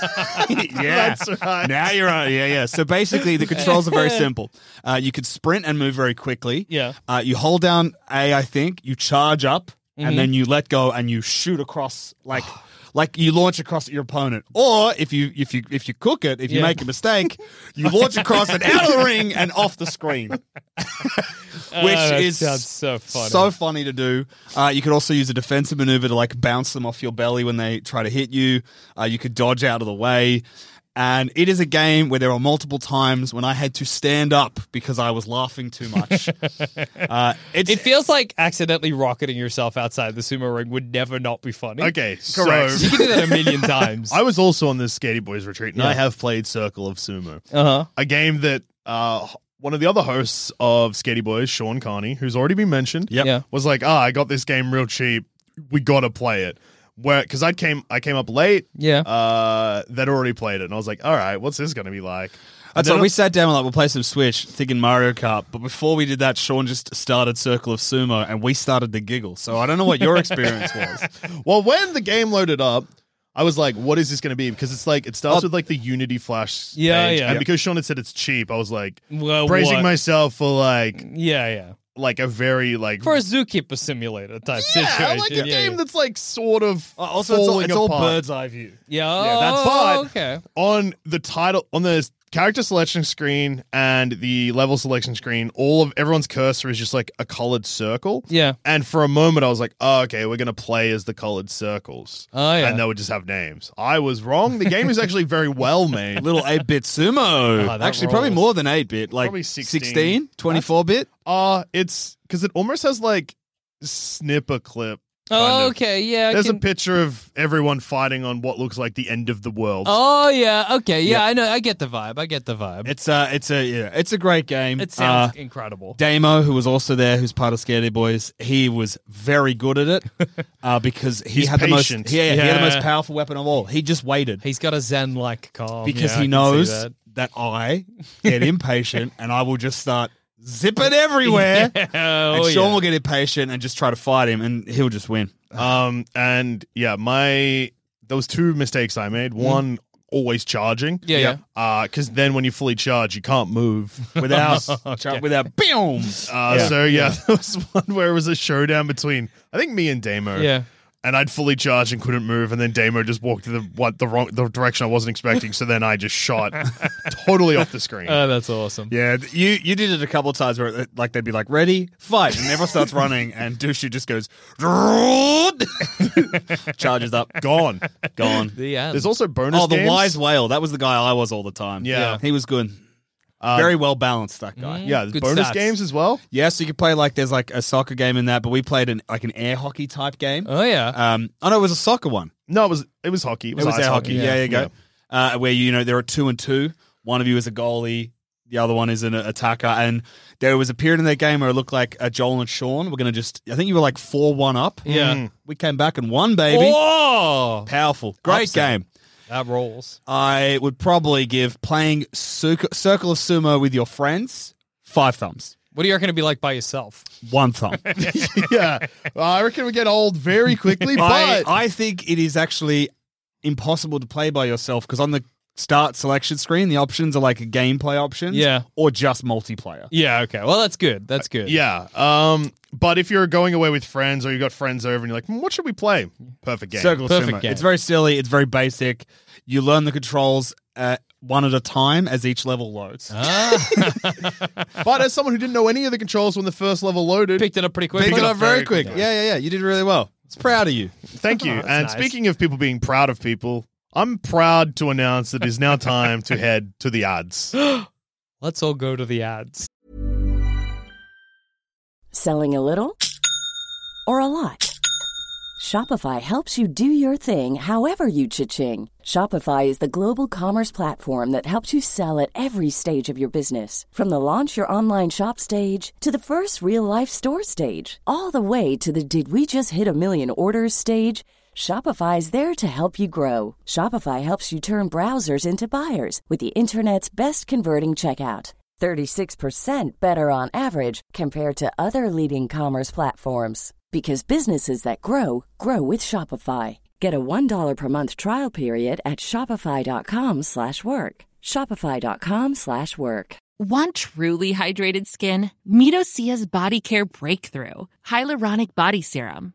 Speaker 5: yeah.
Speaker 3: that's right.
Speaker 5: Now you're on. Yeah, yeah. So basically, the controls are very simple. Uh, you can sprint and move very quickly.
Speaker 4: Yeah.
Speaker 5: Uh, you hold down A, I think. You charge up,
Speaker 4: Mm-hmm.
Speaker 5: and then you let go and you shoot across like. Like you launch across at your opponent, or if you if you if you cook it, if you
Speaker 4: Yeah.
Speaker 5: make a mistake, you launch across and out of the ring and off the screen, which
Speaker 4: Oh, that
Speaker 5: is
Speaker 4: sounds so funny.
Speaker 5: so funny to do. Uh, you could also use a defensive maneuver to like bounce them off your belly when they try to hit you. Uh, you could dodge out of the way. And it is a game where there are multiple times when I had to stand up because I was laughing too much. uh, it's,
Speaker 4: it feels like accidentally rocketing yourself outside the sumo ring would never not be funny.
Speaker 3: Okay, so
Speaker 5: Correct.
Speaker 4: You can do that a million times.
Speaker 3: I was also on this Skatey Boys retreat, and
Speaker 4: Yeah.
Speaker 3: I have played Circle of Sumo,
Speaker 4: uh-huh.
Speaker 3: a game that uh, one of the other hosts of Skatey Boys, Sean Carney, who's already been mentioned,
Speaker 5: Yep.
Speaker 4: Yeah.
Speaker 3: was like, "Ah, I got this game real cheap. We gotta play it." Where because I came, I came up late.
Speaker 4: Yeah.
Speaker 3: uh, that already played it, and I was like, "All right, what's this gonna be like?" And
Speaker 5: That's
Speaker 3: then
Speaker 5: why we sat down and like we'll play some Switch, thinking Mario Kart. But before we did that, Sean just started Circle of Sumo, and we started to giggle. So I don't know what your experience was.
Speaker 3: Well, when the game loaded up, I was like, "What is this going to be?" Because it's like it starts
Speaker 5: Oh.
Speaker 3: with like the Unity Flash.
Speaker 4: Yeah,
Speaker 3: page,
Speaker 4: yeah.
Speaker 3: And because Sean had said it's cheap, I was like
Speaker 4: Well,
Speaker 3: praising
Speaker 4: what?
Speaker 3: myself for like
Speaker 4: Yeah, yeah.
Speaker 3: like a very like
Speaker 4: For a zookeeper simulator type
Speaker 3: yeah, Uh,
Speaker 4: situation.
Speaker 3: like a
Speaker 4: yeah,
Speaker 3: game
Speaker 4: yeah.
Speaker 3: that's like sort of
Speaker 5: Also, it's all,
Speaker 3: falling
Speaker 5: it's all
Speaker 3: apart.
Speaker 5: bird's eye view.
Speaker 4: Yeah,
Speaker 3: Yeah, that's fine.
Speaker 4: oh, okay.
Speaker 3: on the title on the character selection screen and the level selection screen. All of everyone's cursor is just like a colored circle.
Speaker 4: Yeah.
Speaker 3: And for a moment, I was like, oh, okay, we're going to play as the colored circles.
Speaker 4: Oh, yeah.
Speaker 3: And they would just have names. I was wrong. The game is actually very well made.
Speaker 5: Little 8 bit sumo.
Speaker 4: Ah, that
Speaker 5: Actually, probably
Speaker 4: rolls.
Speaker 5: more than 8 bit. Like
Speaker 3: Probably
Speaker 5: 16,
Speaker 3: 16.
Speaker 5: 24 bit.
Speaker 3: Uh, it's because it almost has like snipper clip. kind
Speaker 4: Oh,
Speaker 3: of.
Speaker 4: okay. Yeah. I
Speaker 3: There's a
Speaker 4: can-
Speaker 3: picture of everyone fighting on what looks like the end of the world.
Speaker 4: Oh, yeah. Okay. Yeah, I know. I get the vibe. I get the vibe.
Speaker 5: It's a, it's a, yeah, it's a great game.
Speaker 4: It
Speaker 5: Uh,
Speaker 4: sounds incredible.
Speaker 5: Damo, who was also there, who's part of Scaredy Boys, he was very good at it uh, because he
Speaker 3: He's
Speaker 5: had the
Speaker 3: patient.
Speaker 5: most, yeah, he had
Speaker 4: Yeah.
Speaker 5: the most powerful weapon of all. He just waited
Speaker 4: He's got a zen like calm.
Speaker 5: because
Speaker 4: Oh, Yeah, I
Speaker 5: he
Speaker 4: can see
Speaker 5: knows
Speaker 4: that.
Speaker 5: that. I get impatient and I will just start zip it everywhere. and
Speaker 4: oh,
Speaker 5: Sean
Speaker 4: yeah.
Speaker 5: will get impatient and just try to fight him, and he'll just win.
Speaker 3: Um, and yeah, my those two mistakes I made. One, always charging.
Speaker 4: Yeah, yeah.
Speaker 3: Uh, because then when you fully charge, you can't move without.
Speaker 4: Oh,
Speaker 3: uh,
Speaker 5: Char- Without boom.
Speaker 3: so yeah, there was one where it was a showdown between I think me and Damo.
Speaker 4: Yeah.
Speaker 3: And I'd fully charged and couldn't move, and then Damo just walked the what the wrong the direction I wasn't expecting. So then I just shot totally off the screen.
Speaker 4: Oh, that's awesome.
Speaker 5: Yeah, th- you you did it a couple of times where it, like they'd be like, "Ready, fight!" and everyone starts running, and Dushu just goes, charges up,
Speaker 3: Gone.
Speaker 5: gone.
Speaker 4: The end.
Speaker 3: There's also bonus.
Speaker 5: Oh, the
Speaker 3: games.
Speaker 5: wise whale. That was the guy I was all the time.
Speaker 3: Yeah.
Speaker 5: he was good. Very well balanced, that guy.
Speaker 3: Yeah, there's
Speaker 4: Good
Speaker 3: bonus
Speaker 4: stats.
Speaker 3: games as well.
Speaker 5: Yeah, so you could play like there's like a soccer game in that, but we played an like an air hockey type game.
Speaker 4: oh yeah.
Speaker 3: Uh,
Speaker 5: Um, oh no, it was a soccer one.
Speaker 3: No, it was it was hockey. It was,
Speaker 5: It was
Speaker 3: ice
Speaker 5: air hockey. Yeah, there you go.
Speaker 3: Yeah.
Speaker 5: Uh, where you know there are two and two. One of you is a goalie, the other one is an attacker. And there was a period in that game where it looked like uh, Joel and Sean were going to just. I think you were like four one up.
Speaker 4: Yeah.
Speaker 3: Mm.
Speaker 5: we came back and won, baby.
Speaker 4: Oh,
Speaker 5: Powerful, great
Speaker 4: Upset.
Speaker 5: game.
Speaker 4: that rolls.
Speaker 5: I would probably give playing Circ- Circle of Sumo with your friends five thumbs,
Speaker 4: What do you reckon it'd be like by yourself?
Speaker 5: one thumb.
Speaker 3: yeah. Well, I reckon we get old very quickly,
Speaker 5: I,
Speaker 3: but
Speaker 5: I think it is actually impossible to play by yourself because on the start selection screen, the options are like gameplay options,
Speaker 4: Yeah.
Speaker 5: or just multiplayer.
Speaker 4: Yeah. Okay. Well, that's good. That's good.
Speaker 3: yeah. Um, but if you're going away with friends or you've got friends over and you're like, "Hmm, what should we play? Perfect game.
Speaker 5: Circle of
Speaker 4: Perfect
Speaker 5: Sumo.
Speaker 4: game.
Speaker 5: It's very silly. It's very basic. You learn the controls uh, one at a time as each level loads.
Speaker 4: Ah,
Speaker 3: But as someone who didn't know any of the controls when the first level loaded,
Speaker 4: picked it up pretty quickly.
Speaker 5: Pick it up very
Speaker 3: very
Speaker 5: quick. Yeah,
Speaker 3: quick.
Speaker 5: yeah, yeah. You did really well. It's proud of you.
Speaker 3: thank you.
Speaker 4: Oh, that's
Speaker 3: and
Speaker 4: nice.
Speaker 3: speaking of people being proud of people, I'm proud to announce that it is now time to head to the ads.
Speaker 4: Let's all go to the ads.
Speaker 6: Selling a little or a lot? Shopify helps you do your thing however you cha-ching. Shopify is the global commerce platform that helps you sell at every stage of your business. From the launch your online shop stage to the first real life store stage, all the way to the did we just hit a million orders stage. Shopify is there to help you grow. Shopify helps you turn browsers into buyers with the internet's best converting checkout. 36% better on average compared to other leading commerce platforms because businesses that grow grow with Shopify. Get a $1 per month trial period at shopify.com/work. slash work. shopify.com/work. slash work.
Speaker 7: Want truly hydrated skin? Meet Osea's body care breakthrough, Hyaluronic Body Serum.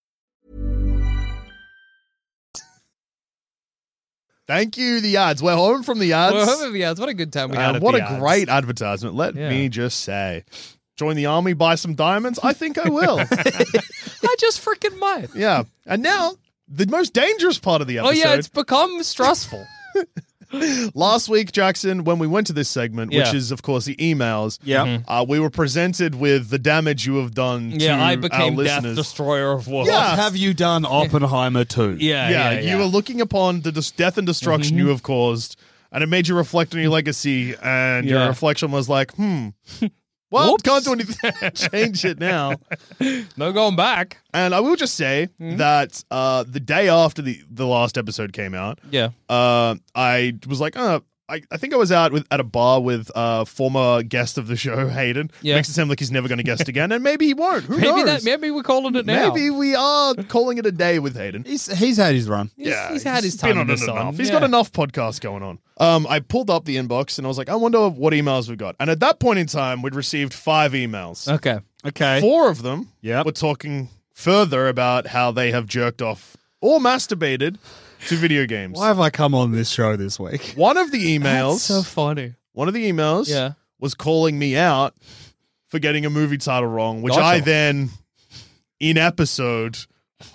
Speaker 3: thank you, the ads. We're home from the ads.
Speaker 4: Well, home of the ads. What a good time we had.
Speaker 3: And
Speaker 4: at
Speaker 3: what
Speaker 4: the
Speaker 3: a
Speaker 4: ads.
Speaker 3: great advertisement. Let
Speaker 4: Yeah.
Speaker 3: me just say. Join the army, buy some diamonds. I think I will.
Speaker 4: I just freaking might.
Speaker 3: yeah. And now, the most dangerous part of the
Speaker 4: Oh
Speaker 3: episode.
Speaker 4: yeah, it's become stressful.
Speaker 3: Last week, Jackson, when we went to this segment,
Speaker 4: Yeah.
Speaker 3: which is, of course, the emails,
Speaker 5: Yeah.
Speaker 3: uh, we were presented with the damage you have done
Speaker 4: yeah,
Speaker 3: to
Speaker 4: I
Speaker 3: our
Speaker 4: became death
Speaker 3: listeners.
Speaker 4: destroyer of worlds.
Speaker 3: Yeah.
Speaker 5: What have you done, Oppenheimer too?
Speaker 4: Yeah,
Speaker 3: yeah,
Speaker 4: yeah, Mm-hmm.
Speaker 3: you were looking upon the dis- death and destruction you have caused, and it made you reflect on your legacy, and
Speaker 4: Yeah.
Speaker 3: your reflection was like, hmm, well,
Speaker 4: Whoops.
Speaker 3: can't do anything to change it now.
Speaker 4: no going back.
Speaker 3: And I will just say
Speaker 4: Mm-hmm.
Speaker 3: that uh, the day after the, the last episode came out,
Speaker 4: Yeah.
Speaker 3: uh, I was like, uh, I, I think I was out with at a bar with uh former guest of the show, Hayden.
Speaker 4: Yeah.
Speaker 3: Makes it sound like he's never going to guest again, and maybe he won't. Who
Speaker 4: Maybe
Speaker 3: knows?
Speaker 4: that. Maybe we're calling it now.
Speaker 3: Maybe we are calling it a day with Hayden.
Speaker 5: He's, he's had his run.
Speaker 4: He's, he's had his
Speaker 3: been
Speaker 4: time in the
Speaker 3: it
Speaker 4: sun.
Speaker 3: enough. He's
Speaker 4: Yeah.
Speaker 3: got enough podcasts going on. Um, I pulled up the inbox and I was like, I wonder what emails we got. And at that point in time, we'd received five emails.
Speaker 4: Okay.
Speaker 5: Okay.
Speaker 3: Four of them
Speaker 5: Yep.
Speaker 3: were talking further about how they have jerked off or masturbated to video games.
Speaker 5: Why have I come on this show this week?
Speaker 3: One of the emails,
Speaker 4: That's so funny.
Speaker 3: one of the emails,
Speaker 4: Yeah.
Speaker 3: was calling me out for getting a movie title wrong, which
Speaker 4: Gotcha.
Speaker 3: I then, in episode,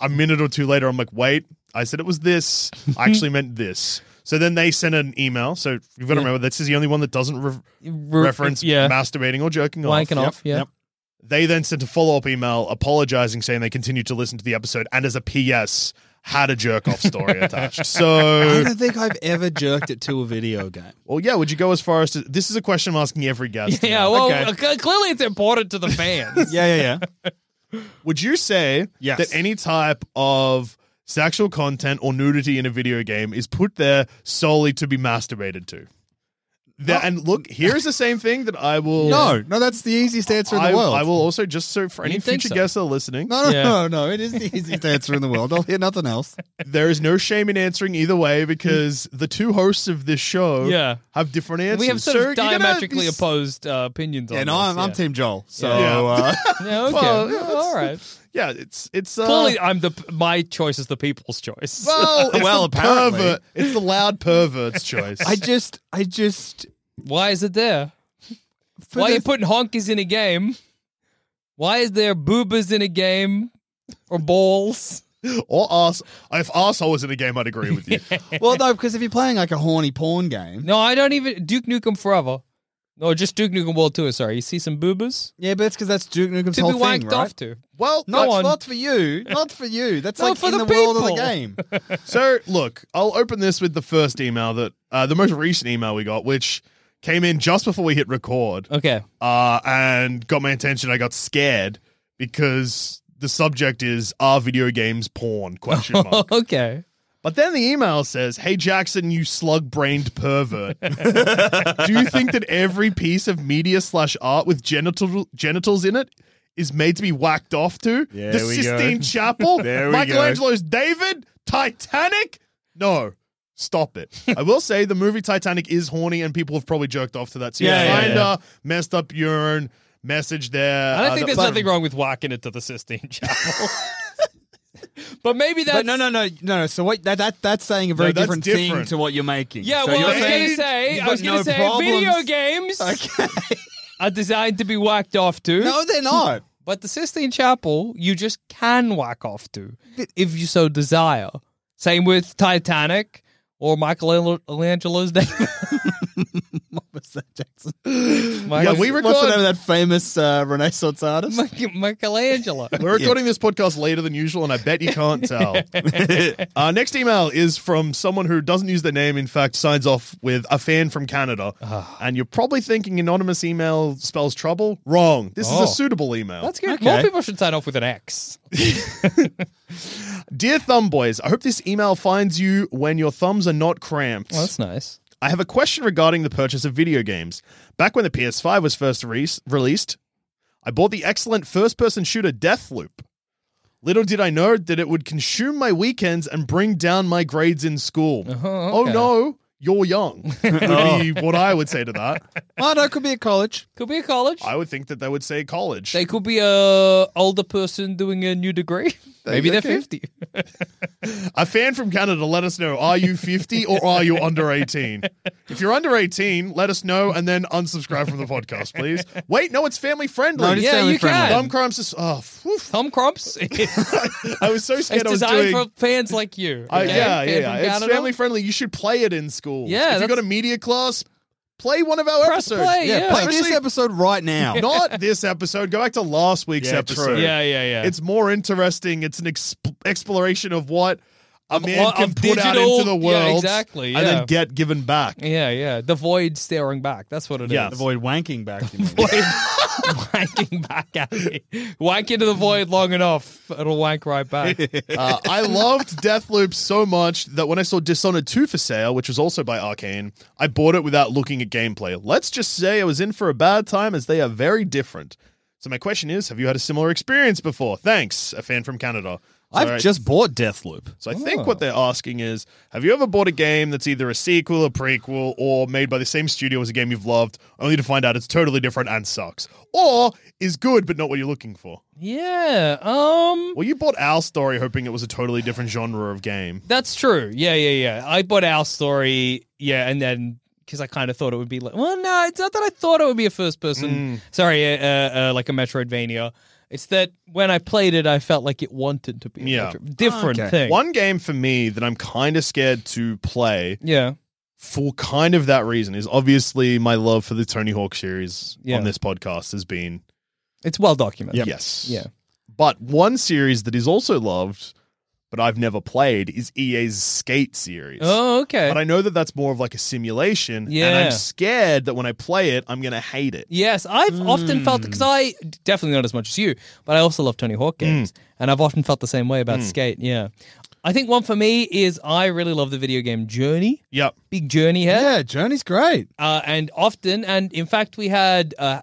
Speaker 3: a minute or two later, I'm like, wait, I said it was this. I actually meant this. So then they sent an email. So you've got to
Speaker 4: Yeah.
Speaker 3: remember this is the only one that doesn't re-
Speaker 4: Re-
Speaker 3: reference
Speaker 4: yeah.
Speaker 3: masturbating or jerking
Speaker 4: Wanking
Speaker 3: off.
Speaker 4: off, yeah.
Speaker 3: They then sent a follow up email apologizing, saying they continued to listen to the episode and as a PS had a jerk off story attached.
Speaker 5: I
Speaker 3: So,
Speaker 5: don't think I've ever jerked it to a video game.
Speaker 3: well, yeah, would you go as far as to this is a question I'm asking every guest.
Speaker 4: Yeah,
Speaker 3: now.
Speaker 4: well,
Speaker 5: Okay.
Speaker 4: c- clearly it's important to the fans.
Speaker 5: Yeah, yeah, yeah.
Speaker 3: Would you say
Speaker 5: Yes.
Speaker 3: that any type of sexual content or nudity in a video game is put there solely to be masturbated to? That, and look, here's the same thing that I will.
Speaker 5: No, no, that's the easiest answer in the
Speaker 3: I,
Speaker 5: world.
Speaker 3: I will also just so for any
Speaker 4: You think
Speaker 3: future
Speaker 4: so?
Speaker 3: guests that are listening,
Speaker 5: No, no,
Speaker 4: Yeah.
Speaker 5: no, no. It is the easiest answer in the world. I'll hear nothing else.
Speaker 3: there is no shame in answering either way because the two hosts of this show
Speaker 4: Hmm. Yeah.
Speaker 3: have different answers.
Speaker 4: we have sort
Speaker 3: So
Speaker 4: of
Speaker 3: you're gonna-
Speaker 4: diametrically
Speaker 3: this-
Speaker 4: opposed uh, opinions on
Speaker 5: Yeah, no,
Speaker 4: this,
Speaker 5: I'm, I'm
Speaker 4: yeah.
Speaker 5: Team Joel. So,
Speaker 3: Yeah.
Speaker 5: uh,
Speaker 4: Yeah, okay.
Speaker 3: Well,
Speaker 4: Yeah,
Speaker 3: yeah,
Speaker 4: all
Speaker 3: it's-
Speaker 4: right.
Speaker 3: Yeah, it's it's uh,
Speaker 4: Clearly, I'm the my choice is the people's choice.
Speaker 3: well, it's
Speaker 5: Well,
Speaker 3: the
Speaker 5: apparently.
Speaker 3: pervert. It's the loud pervert's choice.
Speaker 5: I just, I just.
Speaker 4: Why is it there?
Speaker 5: for
Speaker 4: Why are
Speaker 5: the-
Speaker 4: you putting honkies in a game? Why is there boobas in a game or balls?
Speaker 3: or arse. If arsehole was in a game, I'd agree with you.
Speaker 5: well, no, because if you're playing like a horny porn game,
Speaker 4: No, I don't even Duke Nukem Forever. No, just Duke Nukem World Tour. Sorry, you see some boobas
Speaker 5: yeah, but that's because that's Duke Nukem's
Speaker 4: to
Speaker 5: whole
Speaker 4: be
Speaker 5: thing,
Speaker 4: wanked
Speaker 5: right?
Speaker 4: off to.
Speaker 3: Well,
Speaker 4: No
Speaker 5: That's
Speaker 4: one-
Speaker 5: not for you. Not for you. That's
Speaker 4: No,
Speaker 5: like
Speaker 4: for
Speaker 5: in
Speaker 4: the
Speaker 5: the, world of the
Speaker 4: people.
Speaker 5: game.
Speaker 3: So, look, I'll open this with the first email that uh, the most recent email we got, which came in just before we hit record
Speaker 4: Okay,
Speaker 3: uh, and got my attention. I got scared because the subject is "Are video games porn?" question mark.
Speaker 4: okay.
Speaker 3: but then the email says, "Hey Jackson, you slug-brained pervert. Do you think that every piece of media slash art with genital genitals in it?" Is made to be whacked off to
Speaker 5: There
Speaker 3: the
Speaker 5: we go.
Speaker 3: Sistine Chapel,
Speaker 5: There we go.
Speaker 3: Michelangelo's David, Titanic. No, stop it. I will say the movie Titanic is horny, and people have probably jerked off to that. So yeah,
Speaker 5: Yeah, yeah,
Speaker 3: kinda
Speaker 5: yeah.
Speaker 3: messed up urine message there.
Speaker 4: I don't
Speaker 3: Uh,
Speaker 4: think
Speaker 3: the-
Speaker 4: there's
Speaker 3: but-
Speaker 4: nothing wrong with walking it to the Sistine Chapel. but maybe that's
Speaker 5: But no, no, no, no, no. So what? That, that that's saying a very
Speaker 3: that's
Speaker 5: different, thing
Speaker 3: different.
Speaker 5: to what you're making.
Speaker 4: Yeah,
Speaker 5: So
Speaker 4: well,
Speaker 5: you're
Speaker 4: I was going
Speaker 5: saying
Speaker 4: to say,
Speaker 5: you've
Speaker 4: I was
Speaker 5: got
Speaker 4: going to
Speaker 5: no
Speaker 4: say, video
Speaker 5: problems.
Speaker 4: games are designed to be whacked off to.
Speaker 5: No, they're not.
Speaker 4: But the Sistine Chapel, you just can whack off to if you so desire. Same with Titanic or Michelangelo's David.
Speaker 5: What's that, Jackson?
Speaker 3: Yeah, we record.
Speaker 5: What's the name of that famous uh, Renaissance artist?
Speaker 4: Mich- Michelangelo.
Speaker 3: We're recording this podcast later than usual, and I bet you can't tell. uh, next email is from someone who doesn't use their name. In fact, signs off with a fan from Canada.
Speaker 4: Ah.
Speaker 3: and you're probably thinking anonymous email spells trouble. Wrong. This
Speaker 4: Oh.
Speaker 3: is a suitable email.
Speaker 4: That's good.
Speaker 5: Okay.
Speaker 4: More people should sign off with an X.
Speaker 3: Dear Thumb Boys, I hope this email finds you when your thumbs are not cramped.
Speaker 4: Well, that's nice.
Speaker 3: I have a question regarding the purchase of video games. Back when the PS5 was first re- released, I bought the excellent first person shooter Deathloop. Little did I know that it would consume my weekends and bring down my grades in school. Oh
Speaker 4: Uh-huh, okay.
Speaker 3: no, you're young, would be what I would say to that.
Speaker 5: Well, no, it could be a college.
Speaker 4: Could be a college.
Speaker 3: I would think that they would say college.
Speaker 4: they could be a older person doing a new degree. Maybe they're
Speaker 3: okay.
Speaker 4: 50.
Speaker 3: A fan from Canada let us know are you 50 or are you under 18? If you're under 18, let us know and then unsubscribe from the podcast, please. Wait, no, it's family friendly.
Speaker 5: No, it is
Speaker 4: Yeah,
Speaker 5: family
Speaker 4: you
Speaker 5: friendly.
Speaker 4: can.
Speaker 3: Thumb crimes is. Oh, phew.
Speaker 4: Thumb crumps.
Speaker 3: I was so
Speaker 4: It's
Speaker 3: scared I was
Speaker 4: designed
Speaker 3: doing.
Speaker 4: for fans like you.
Speaker 3: I-
Speaker 4: okay?
Speaker 3: yeah,
Speaker 4: Fan
Speaker 3: yeah,
Speaker 4: from
Speaker 3: yeah. It's
Speaker 4: Canada.
Speaker 3: family friendly. You should play it in school.
Speaker 4: Yeah,
Speaker 3: If you've got a
Speaker 4: that's-
Speaker 3: media class, play one of our
Speaker 4: Press
Speaker 3: episodes.
Speaker 4: play,
Speaker 5: Yeah,
Speaker 4: Yeah,
Speaker 5: play
Speaker 3: especially-
Speaker 5: this episode right now.
Speaker 3: Not this episode. Go back to last week's
Speaker 5: Yeah,
Speaker 3: episode.
Speaker 5: true.
Speaker 4: Yeah, yeah, yeah.
Speaker 3: It's more interesting. It's an exp- exploration of what a man
Speaker 4: what-
Speaker 3: can
Speaker 4: of
Speaker 3: put out
Speaker 4: digital-
Speaker 3: into the
Speaker 4: yeah,
Speaker 3: world.
Speaker 4: exactly,
Speaker 3: And
Speaker 4: yeah.
Speaker 3: then get given back.
Speaker 4: Yeah, yeah. The void staring back. That's what it is.
Speaker 3: Yeah.
Speaker 5: The void wanking back. you mean.
Speaker 4: Wanking back at me. Wank into the void long enough, it'll wank right back.
Speaker 3: Uh, I loved Deathloop so much that when I saw Dishonored 2 for sale, which was also by Arcane, I bought it without looking at gameplay. Let's just say I was in for a bad time as they are very different. So my question is, have you had a similar experience before? Thanks, a fan from Canada.
Speaker 5: I've
Speaker 3: Alright.
Speaker 5: just bought Deathloop.
Speaker 3: So I think
Speaker 4: Oh.
Speaker 3: what they're asking is, have you ever bought a game that's either a sequel, a prequel, or made by the same studio as a game you've loved, only to find out it's totally different and sucks, or is good but not what you're looking for?
Speaker 4: Yeah. Um.
Speaker 3: Well, you bought Our Story hoping it was a totally different genre of game.
Speaker 4: That's true. Yeah, yeah, yeah. I bought our story. Yeah, and then because I kind of thought it would be like, well, no, it's not that I thought it would be a first
Speaker 3: Mm.
Speaker 4: person. Sorry, uh, uh, uh, like a Metroidvania. It's that when I played it, I felt like it wanted to be a
Speaker 3: Yeah.
Speaker 4: Metro- different
Speaker 5: Okay.
Speaker 4: thing.
Speaker 3: One game for me that I'm kind of scared to play
Speaker 4: Yeah,
Speaker 3: for kind of that reason is obviously my love for the Tony Hawk series
Speaker 4: Yeah.
Speaker 3: on this podcast has been
Speaker 4: it's well documented.
Speaker 3: yes,
Speaker 4: Yeah.
Speaker 3: But one series that is also loved, but I've never played, is EA's Skate series.
Speaker 4: Oh, okay.
Speaker 3: But I know that that's more of like a simulation, and
Speaker 4: Yeah.
Speaker 3: I'm scared that when I play it, I'm gonna hate it.
Speaker 4: Yes, I've
Speaker 3: Mm.
Speaker 4: often felt because I definitely not as much as you, but I also love Tony
Speaker 3: Mm.
Speaker 4: Hawk games, and I've often felt the same way about Skate. Yeah, I think one for me is I really love the video game Journey.
Speaker 3: Yep.
Speaker 4: Big Journey head.
Speaker 5: Yeah, Journey's great.
Speaker 4: uh, and often, and in fact, we had uh,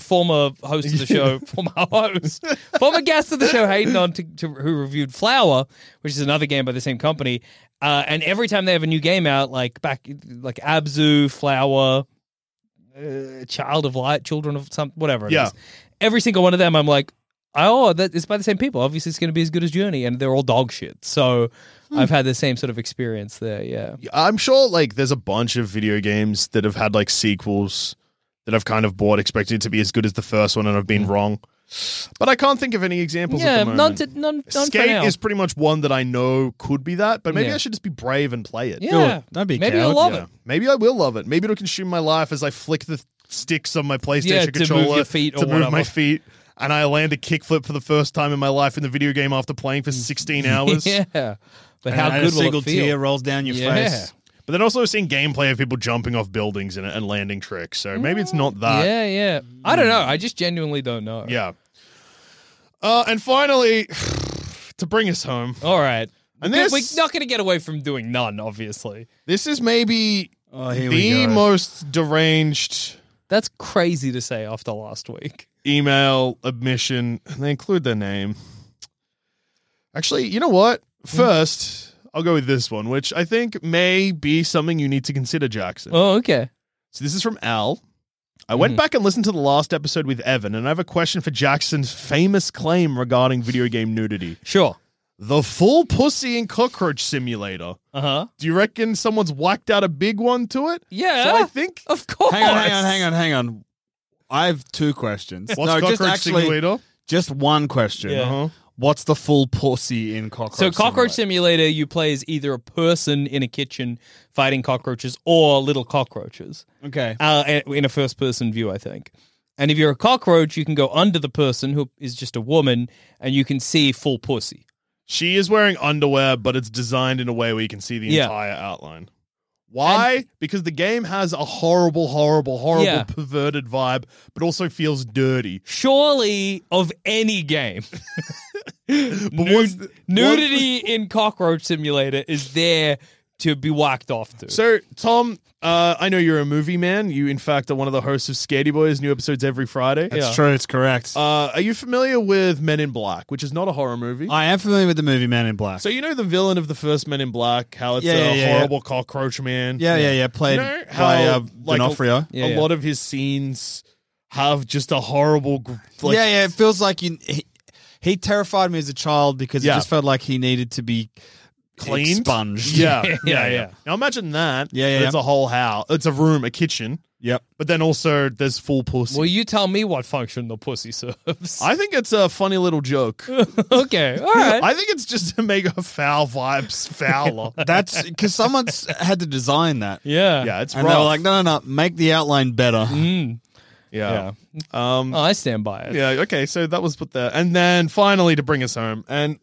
Speaker 4: former host of the show, former host, former guest of the show, Hayden, on to, to, who reviewed Flower, which is another game by the same company. Uh, and every time they have a new game out, like back, like Abzu, Flower, uh, Child of Light, Children of some, whatever. it
Speaker 3: Yeah.
Speaker 4: is, every single one of them, I'm like, oh, that, it's by the same people. Obviously, it's going to be as good as Journey, and they're all dog shit. So
Speaker 3: Hmm.
Speaker 4: I've had the same sort of experience there. Yeah.
Speaker 3: I'm sure like there's a bunch of video games that have had like sequels that I've kind of bought, expected to be as good as the first one, and I've been wrong. But I can't think of any examples. at
Speaker 4: Mm. Yeah,
Speaker 3: the
Speaker 4: none,
Speaker 3: moment.
Speaker 4: to, none, none for now.
Speaker 3: Skate is pretty much one that I know could be that, but maybe
Speaker 4: Yeah.
Speaker 3: I should just be brave and play it.
Speaker 4: Yeah,
Speaker 5: it. Don't be a
Speaker 4: maybe you'll
Speaker 5: coward.
Speaker 4: love
Speaker 3: Yeah.
Speaker 4: it.
Speaker 3: Maybe I will love it. Maybe it'll consume my life as I flick the sticks on my PlayStation
Speaker 4: Yeah, to move
Speaker 3: controller
Speaker 4: your feet or
Speaker 3: to move my
Speaker 4: whatever.
Speaker 3: feet, and I land a kickflip for the first time in my life in the video game after playing for 16 hours.
Speaker 4: Mm. Yeah, but how
Speaker 5: And
Speaker 4: good
Speaker 5: a
Speaker 4: will
Speaker 5: single
Speaker 4: it feel?
Speaker 5: tear rolls down your
Speaker 4: Yeah.
Speaker 5: face.
Speaker 3: But then also seeing gameplay of people jumping off buildings in it and landing tricks. So maybe it's not
Speaker 5: Uh,
Speaker 3: that.
Speaker 4: yeah, yeah. I don't know.
Speaker 5: Mm.
Speaker 4: I just genuinely don't know.
Speaker 3: Yeah. Uh, and finally, to bring us home,
Speaker 4: All right.
Speaker 3: And
Speaker 4: Because
Speaker 3: this-
Speaker 4: we're not going to get away from doing none, obviously.
Speaker 3: this is maybe
Speaker 5: Oh, here we
Speaker 3: the
Speaker 5: go.
Speaker 3: most deranged
Speaker 4: That's crazy to say after last week.
Speaker 3: email admission and they include their name. Actually, you know what? First, I'll go with this one, which I think may be something you need to consider, Jackson.
Speaker 4: Oh, okay.
Speaker 3: So this is from Al. I went back and listened to the last episode with Evan, and I have a question for Jackson's famous claim regarding video game nudity.
Speaker 4: Sure.
Speaker 3: The full pussy and cockroach simulator.
Speaker 4: Uh
Speaker 5: Uh-huh.
Speaker 4: huh.
Speaker 3: Do you reckon someone's whacked out a big one to it?
Speaker 4: Yeah. Oh,
Speaker 3: So I think
Speaker 4: Of course.
Speaker 5: Hang on, hang on, hang on, hang on. I have two questions.
Speaker 3: what's
Speaker 5: no,
Speaker 3: cockroach
Speaker 5: just actually
Speaker 3: simulator?
Speaker 5: just one question.
Speaker 4: Yeah.
Speaker 3: Uh-huh.
Speaker 5: What's the full pussy in cockroach?
Speaker 4: So, Cockroach
Speaker 5: Simulator?
Speaker 4: Simulator, you play as either a person in a kitchen fighting cockroaches or little cockroaches.
Speaker 5: Okay.
Speaker 4: uh, in a first person view, I think. And if you're a cockroach, you can go under the person who is just a woman, and you can see full pussy.
Speaker 3: She is wearing underwear, but it's designed in a way where you can see the
Speaker 4: Yeah.
Speaker 3: entire outline. Why? because the game has a horrible, horrible, horrible
Speaker 4: Yeah.
Speaker 3: perverted vibe, but also feels dirty.
Speaker 4: Surely, of any game,
Speaker 3: But what's the-
Speaker 4: nudity in Cockroach Simulator is there to be whacked off to.
Speaker 3: So, Tom, uh, I know you're a movie man. You, in fact, are one of the hosts of Scaredy Boys, new episodes every Friday.
Speaker 5: That's
Speaker 4: yeah.
Speaker 5: true. It's correct.
Speaker 3: Uh, are you familiar with Men in Black, which is not a horror movie?
Speaker 5: I am familiar with the movie Man in Black.
Speaker 3: so, you know the villain of the first Men in Black, how it's
Speaker 5: Yeah, yeah,
Speaker 3: a
Speaker 5: yeah, yeah.
Speaker 3: horrible cockroach man?
Speaker 5: yeah, yeah, yeah. Played
Speaker 3: You know how,
Speaker 5: by uh,
Speaker 3: like, a-
Speaker 5: D'Onofrio.
Speaker 4: Yeah,
Speaker 3: a
Speaker 4: yeah.
Speaker 3: lot of his scenes have just a horrible, gr- like,
Speaker 5: yeah, yeah. It feels like you. He, he terrified me as a child because it
Speaker 3: Yeah.
Speaker 5: just felt like he needed to be
Speaker 3: Cleaned?
Speaker 5: expunged.
Speaker 3: Yeah, yeah,
Speaker 4: yeah,
Speaker 3: yeah,
Speaker 4: yeah.
Speaker 3: Now imagine that.
Speaker 5: Yeah, yeah,
Speaker 3: but It's
Speaker 5: yeah.
Speaker 3: a whole house. It's a room, a kitchen,
Speaker 5: Yep.
Speaker 3: but then also there's full pussy.
Speaker 4: well, you tell me what function the pussy serves.
Speaker 3: I think it's a funny little joke.
Speaker 4: okay, all right.
Speaker 3: I think it's just to make her foul vibes fouler.
Speaker 5: That's because someone's had to design that.
Speaker 4: yeah.
Speaker 3: yeah, it's
Speaker 5: and they were
Speaker 3: rough.
Speaker 5: like, no, no, no, make the outline better.
Speaker 4: Mm,
Speaker 3: yeah.
Speaker 4: yeah.
Speaker 3: Um.
Speaker 4: Oh, I stand by it.
Speaker 3: Yeah. Okay. So that was put there, and then finally to bring us home, and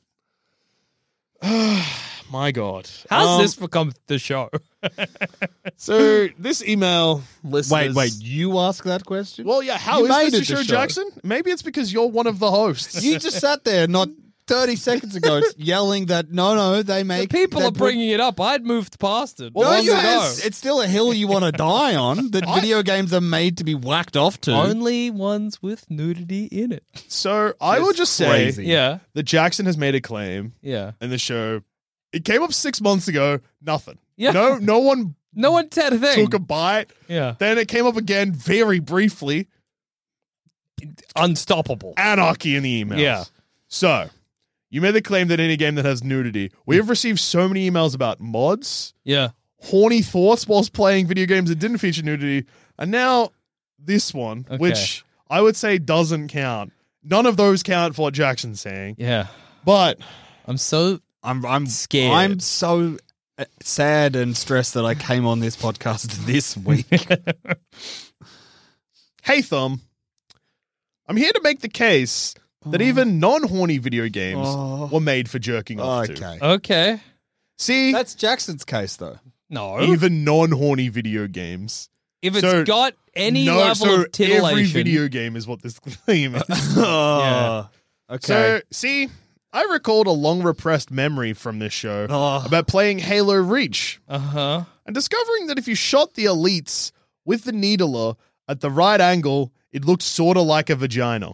Speaker 3: my God,
Speaker 4: How's
Speaker 3: Um,
Speaker 4: this become the show?
Speaker 3: So this email,
Speaker 5: Wait,
Speaker 3: listeners.
Speaker 5: wait, you ask that question?
Speaker 3: Well, yeah. How
Speaker 5: You
Speaker 3: is
Speaker 5: made
Speaker 3: this
Speaker 5: it
Speaker 3: the
Speaker 5: the
Speaker 3: show,
Speaker 5: show.
Speaker 3: Jackson? Maybe it's because you're one of the hosts.
Speaker 5: you just sat there not 30 seconds ago yelling that no, no, they
Speaker 4: The
Speaker 5: make
Speaker 4: people
Speaker 5: they
Speaker 4: are
Speaker 5: bring-
Speaker 4: bringing it up. I'd moved past it.
Speaker 5: Well,
Speaker 4: long
Speaker 5: you-
Speaker 4: ago.
Speaker 5: it's, it's still a hill you want to die on. That video games are made to be whacked off to.
Speaker 4: only ones with nudity in it.
Speaker 3: So I will
Speaker 5: That's
Speaker 3: just
Speaker 5: crazy.
Speaker 3: say
Speaker 4: Yeah,
Speaker 3: that Jackson has made a claim
Speaker 4: yeah.
Speaker 3: in the show. It came up six months ago. Nothing.
Speaker 4: Yeah.
Speaker 3: No, no one
Speaker 4: No one said a thing.
Speaker 3: took a bite.
Speaker 4: yeah,
Speaker 3: Then it came up again very briefly.
Speaker 4: unstoppable.
Speaker 3: Anarchy in the emails.
Speaker 4: Yeah.
Speaker 3: So you made the claim that any game that has nudity, we have received so many emails about mods,
Speaker 4: Yeah,
Speaker 3: horny thoughts whilst playing video games that didn't feature nudity, and now this one,
Speaker 4: Okay.
Speaker 3: which I would say doesn't count. None of those count for what Jackson's saying.
Speaker 4: yeah.
Speaker 3: But
Speaker 4: I'm so
Speaker 5: I'm, I'm
Speaker 4: Scared.
Speaker 5: I'm so uh, sad and stressed that I came on this podcast this week.
Speaker 3: hey, Thumb, I'm here to make the case that even non horny video games
Speaker 5: Oh.
Speaker 3: were made for jerking off to.
Speaker 4: Oh. okay.
Speaker 3: See,
Speaker 5: That's Jackson's case, though.
Speaker 4: No,
Speaker 3: even non horny video games.
Speaker 4: if it's
Speaker 3: so-
Speaker 4: got any
Speaker 3: no,
Speaker 4: level
Speaker 3: so
Speaker 4: of titillation,
Speaker 3: every video game is what this claim is.
Speaker 5: Oh,
Speaker 3: so,
Speaker 5: Okay.
Speaker 3: see, I recalled a long repressed memory from this show
Speaker 5: Oh.
Speaker 3: about playing Halo Reach
Speaker 4: uh huh.
Speaker 3: and discovering that if you shot the elites with the needler at the right angle, it looked sort of like a vagina.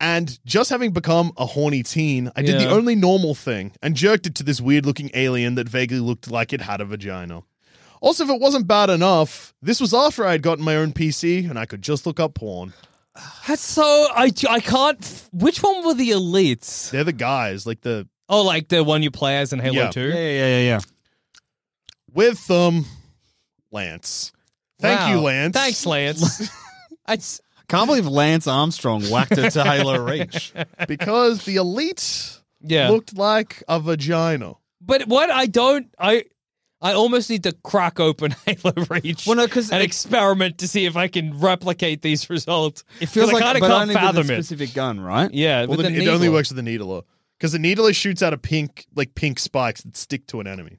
Speaker 3: And just having become a horny teen, I did the
Speaker 4: Yeah.
Speaker 3: only normal thing and jerked it to this weird looking alien that vaguely looked like it had a vagina. Also, if it wasn't bad enough, this was after I had gotten my own PC and I could just look up porn.
Speaker 4: That's so I I can't. f- Which one were the elites?
Speaker 3: They're the guys, like the
Speaker 4: Oh, like the one you play as in Halo
Speaker 3: Yeah.
Speaker 4: Two.
Speaker 5: Yeah, yeah, yeah, yeah.
Speaker 3: with um Lance. Thank
Speaker 4: Wow.
Speaker 3: you, Lance.
Speaker 4: Thanks, Lance. I s-
Speaker 5: Can't believe Lance Armstrong whacked it to Halo Reach.
Speaker 3: Because the elite
Speaker 4: yeah.
Speaker 3: looked like a vagina.
Speaker 4: But what I don't I I almost need to crack open Halo Reach
Speaker 5: Well, no, 'cause
Speaker 4: and
Speaker 5: it-
Speaker 4: experiment to see if I can replicate these results.
Speaker 5: It feels
Speaker 4: 'Cause
Speaker 5: like,
Speaker 4: I kinda
Speaker 5: but
Speaker 4: can't
Speaker 5: only
Speaker 4: fathom
Speaker 5: with a
Speaker 4: it.
Speaker 5: specific gun, right?
Speaker 4: Yeah,
Speaker 3: Well,
Speaker 4: with
Speaker 3: then
Speaker 4: the
Speaker 3: it only
Speaker 4: needle.
Speaker 3: works with the needler because the needler shoots out a pink, like pink spikes that stick to an enemy.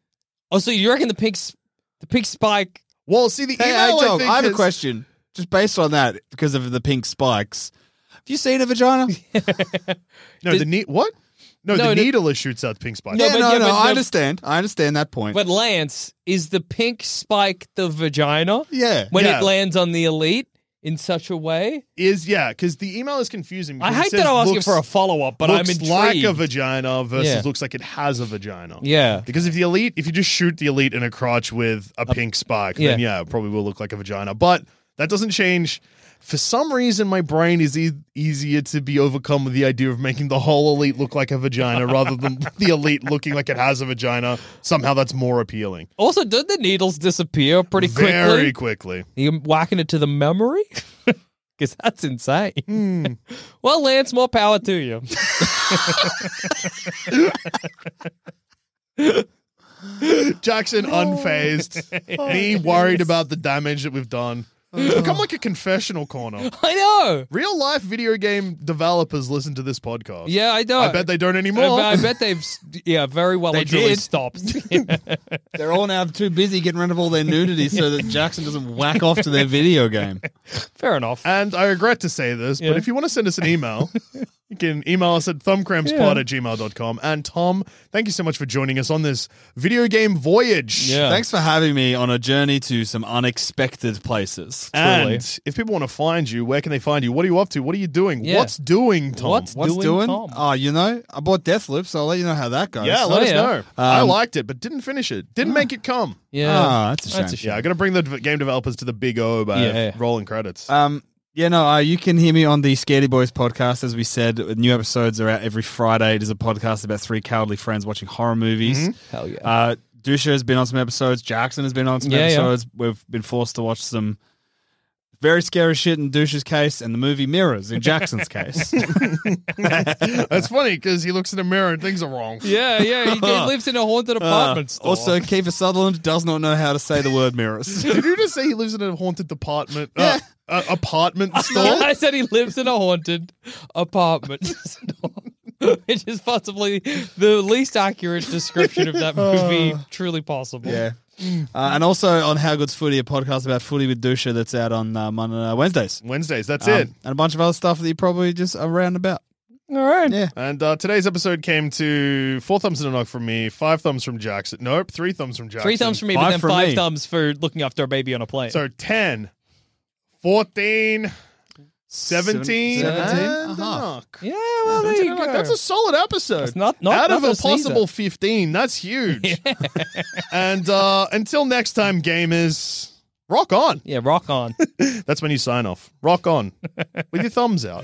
Speaker 4: Oh, so you reckon the pig, s- the pig spike?
Speaker 3: Well, see the
Speaker 5: Hey,
Speaker 3: email.
Speaker 5: hey, Dog,
Speaker 3: I, think
Speaker 5: I have a
Speaker 3: is-
Speaker 5: question. Just based on that, because of the pink spikes, have you seen a vagina?
Speaker 3: No, the ne- what? No,
Speaker 4: No,
Speaker 3: the
Speaker 4: no-
Speaker 3: needler shoots out pink spikes.
Speaker 4: No,
Speaker 5: yeah,
Speaker 4: but-
Speaker 5: no,
Speaker 4: yeah,
Speaker 5: no.
Speaker 4: but-
Speaker 5: I understand. I understand that point.
Speaker 4: But Lance, is the pink spike the vagina
Speaker 5: yeah,
Speaker 4: when
Speaker 3: Yeah.
Speaker 4: it lands on the elite in such a way?
Speaker 3: Is yeah, because the email is confusing.
Speaker 4: I
Speaker 3: because it
Speaker 4: hate
Speaker 3: says
Speaker 4: that I'm asking
Speaker 3: looks-
Speaker 4: for a follow up, but I'm
Speaker 3: looks
Speaker 4: intrigued.
Speaker 3: like a vagina versus
Speaker 4: Yeah.
Speaker 3: looks like it has a vagina.
Speaker 4: yeah,
Speaker 3: Because if the elite, if you just shoot the elite in a crotch with a pink spike, then yeah, it probably will look like a vagina. But that doesn't change. For some reason, my brain is e- easier to be overcome with the idea of making the whole elite look like a vagina rather than the elite looking like it has a vagina. Somehow that's more appealing.
Speaker 4: Also, did the needles disappear pretty quickly?
Speaker 3: Very quickly.
Speaker 4: Are you whacking it to the memory? Because that's insane. well, Lance, more power to you.
Speaker 3: Jackson unfazed.
Speaker 4: Oh,
Speaker 3: me worried about the damage that we've done. It's become like a confessional corner.
Speaker 4: I know.
Speaker 3: Real life video game developers listen to this podcast.
Speaker 4: Yeah, I know.
Speaker 3: I bet they don't anymore.
Speaker 4: I, bet- I bet they've, s- yeah, very well
Speaker 5: They
Speaker 4: and truly
Speaker 5: did.
Speaker 4: stopped. Yeah.
Speaker 5: they're all now too busy getting rid of all their nudity so that Jackson doesn't whack off to their video game.
Speaker 4: Fair enough.
Speaker 3: And I regret to say this,
Speaker 4: Yeah.
Speaker 3: but if you want to send us an email, you can email us at thumbcrampspod at gmail.com. And Tom, thank you so much for joining us on this video game voyage.
Speaker 4: Yeah.
Speaker 5: Thanks for having me on a journey to some unexpected places.
Speaker 3: And
Speaker 4: Truly.
Speaker 3: if people want to find you, where can they find you? What are you up to? What are you doing?
Speaker 4: Yeah.
Speaker 3: What's doing, Tom?
Speaker 4: What's
Speaker 5: What's
Speaker 4: Doing
Speaker 5: doing?
Speaker 4: Tom.
Speaker 5: Oh, you know, I bought Deathloop, so I'll let you know how that goes.
Speaker 3: yeah, let
Speaker 4: Oh,
Speaker 3: us
Speaker 4: yeah.
Speaker 3: know.
Speaker 4: Ah.
Speaker 3: I liked it, but didn't finish it. Didn't make it come.
Speaker 4: yeah.
Speaker 5: Ah, that's a shame.
Speaker 3: Yeah, I got to bring the d- game developers to the big O by
Speaker 4: Yeah.
Speaker 3: rolling credits.
Speaker 5: Um, yeah, no, uh, you can hear me on the Scaredy Boys podcast. As we said, new episodes are out every Friday. It is a podcast about three cowardly friends watching horror movies.
Speaker 4: Mm-hmm. Hell yeah.
Speaker 5: Uh, Dusha has been on some episodes. Jackson has been on some
Speaker 4: Yeah, yeah.
Speaker 5: episodes. We've been forced to watch some very scary shit in Dusha's case and the movie Mirrors in Jackson's case.
Speaker 3: That's funny because he looks in the mirror and things are wrong.
Speaker 4: yeah, yeah. He, he lives in a haunted apartment
Speaker 5: Uh,
Speaker 4: store.
Speaker 5: also, Kiefer Sutherland does not know how to say the word mirrors.
Speaker 3: Did you just say he lives in a haunted department? Uh, uh, apartment store?
Speaker 4: I said he lives in a haunted apartment store, which is possibly the least accurate description of that movie truly possible.
Speaker 5: Yeah. Uh, and also on How Good's Footy, a podcast about footy with Dusha that's out on uh, Mon- uh, Wednesdays.
Speaker 3: Wednesdays. That's
Speaker 5: Um,
Speaker 3: it.
Speaker 5: And a bunch of other stuff that you probably just are round about.
Speaker 4: All right.
Speaker 5: Yeah.
Speaker 3: And uh, today's episode came to four thumbs in a knock from me, five thumbs from Jackson. Nope, three thumbs from Jackson.
Speaker 4: Three thumbs from me, but
Speaker 5: Five
Speaker 4: then
Speaker 5: from
Speaker 4: five
Speaker 5: me.
Speaker 4: thumbs for looking after a baby on a plane.
Speaker 3: So 10, 14, 17,
Speaker 5: Seven-
Speaker 3: and
Speaker 5: seventeen?
Speaker 3: a
Speaker 5: Uh-huh.
Speaker 3: knock.
Speaker 4: yeah, well, there
Speaker 3: That's,
Speaker 4: you go.
Speaker 3: a solid episode.
Speaker 4: That's not- not-
Speaker 3: Out of
Speaker 4: not
Speaker 3: a
Speaker 4: a sneezer.
Speaker 3: possible 15, that's huge. and uh, until next time, gamers, rock on.
Speaker 4: yeah, rock on.
Speaker 3: That's when you sign off. Rock on with your thumbs out.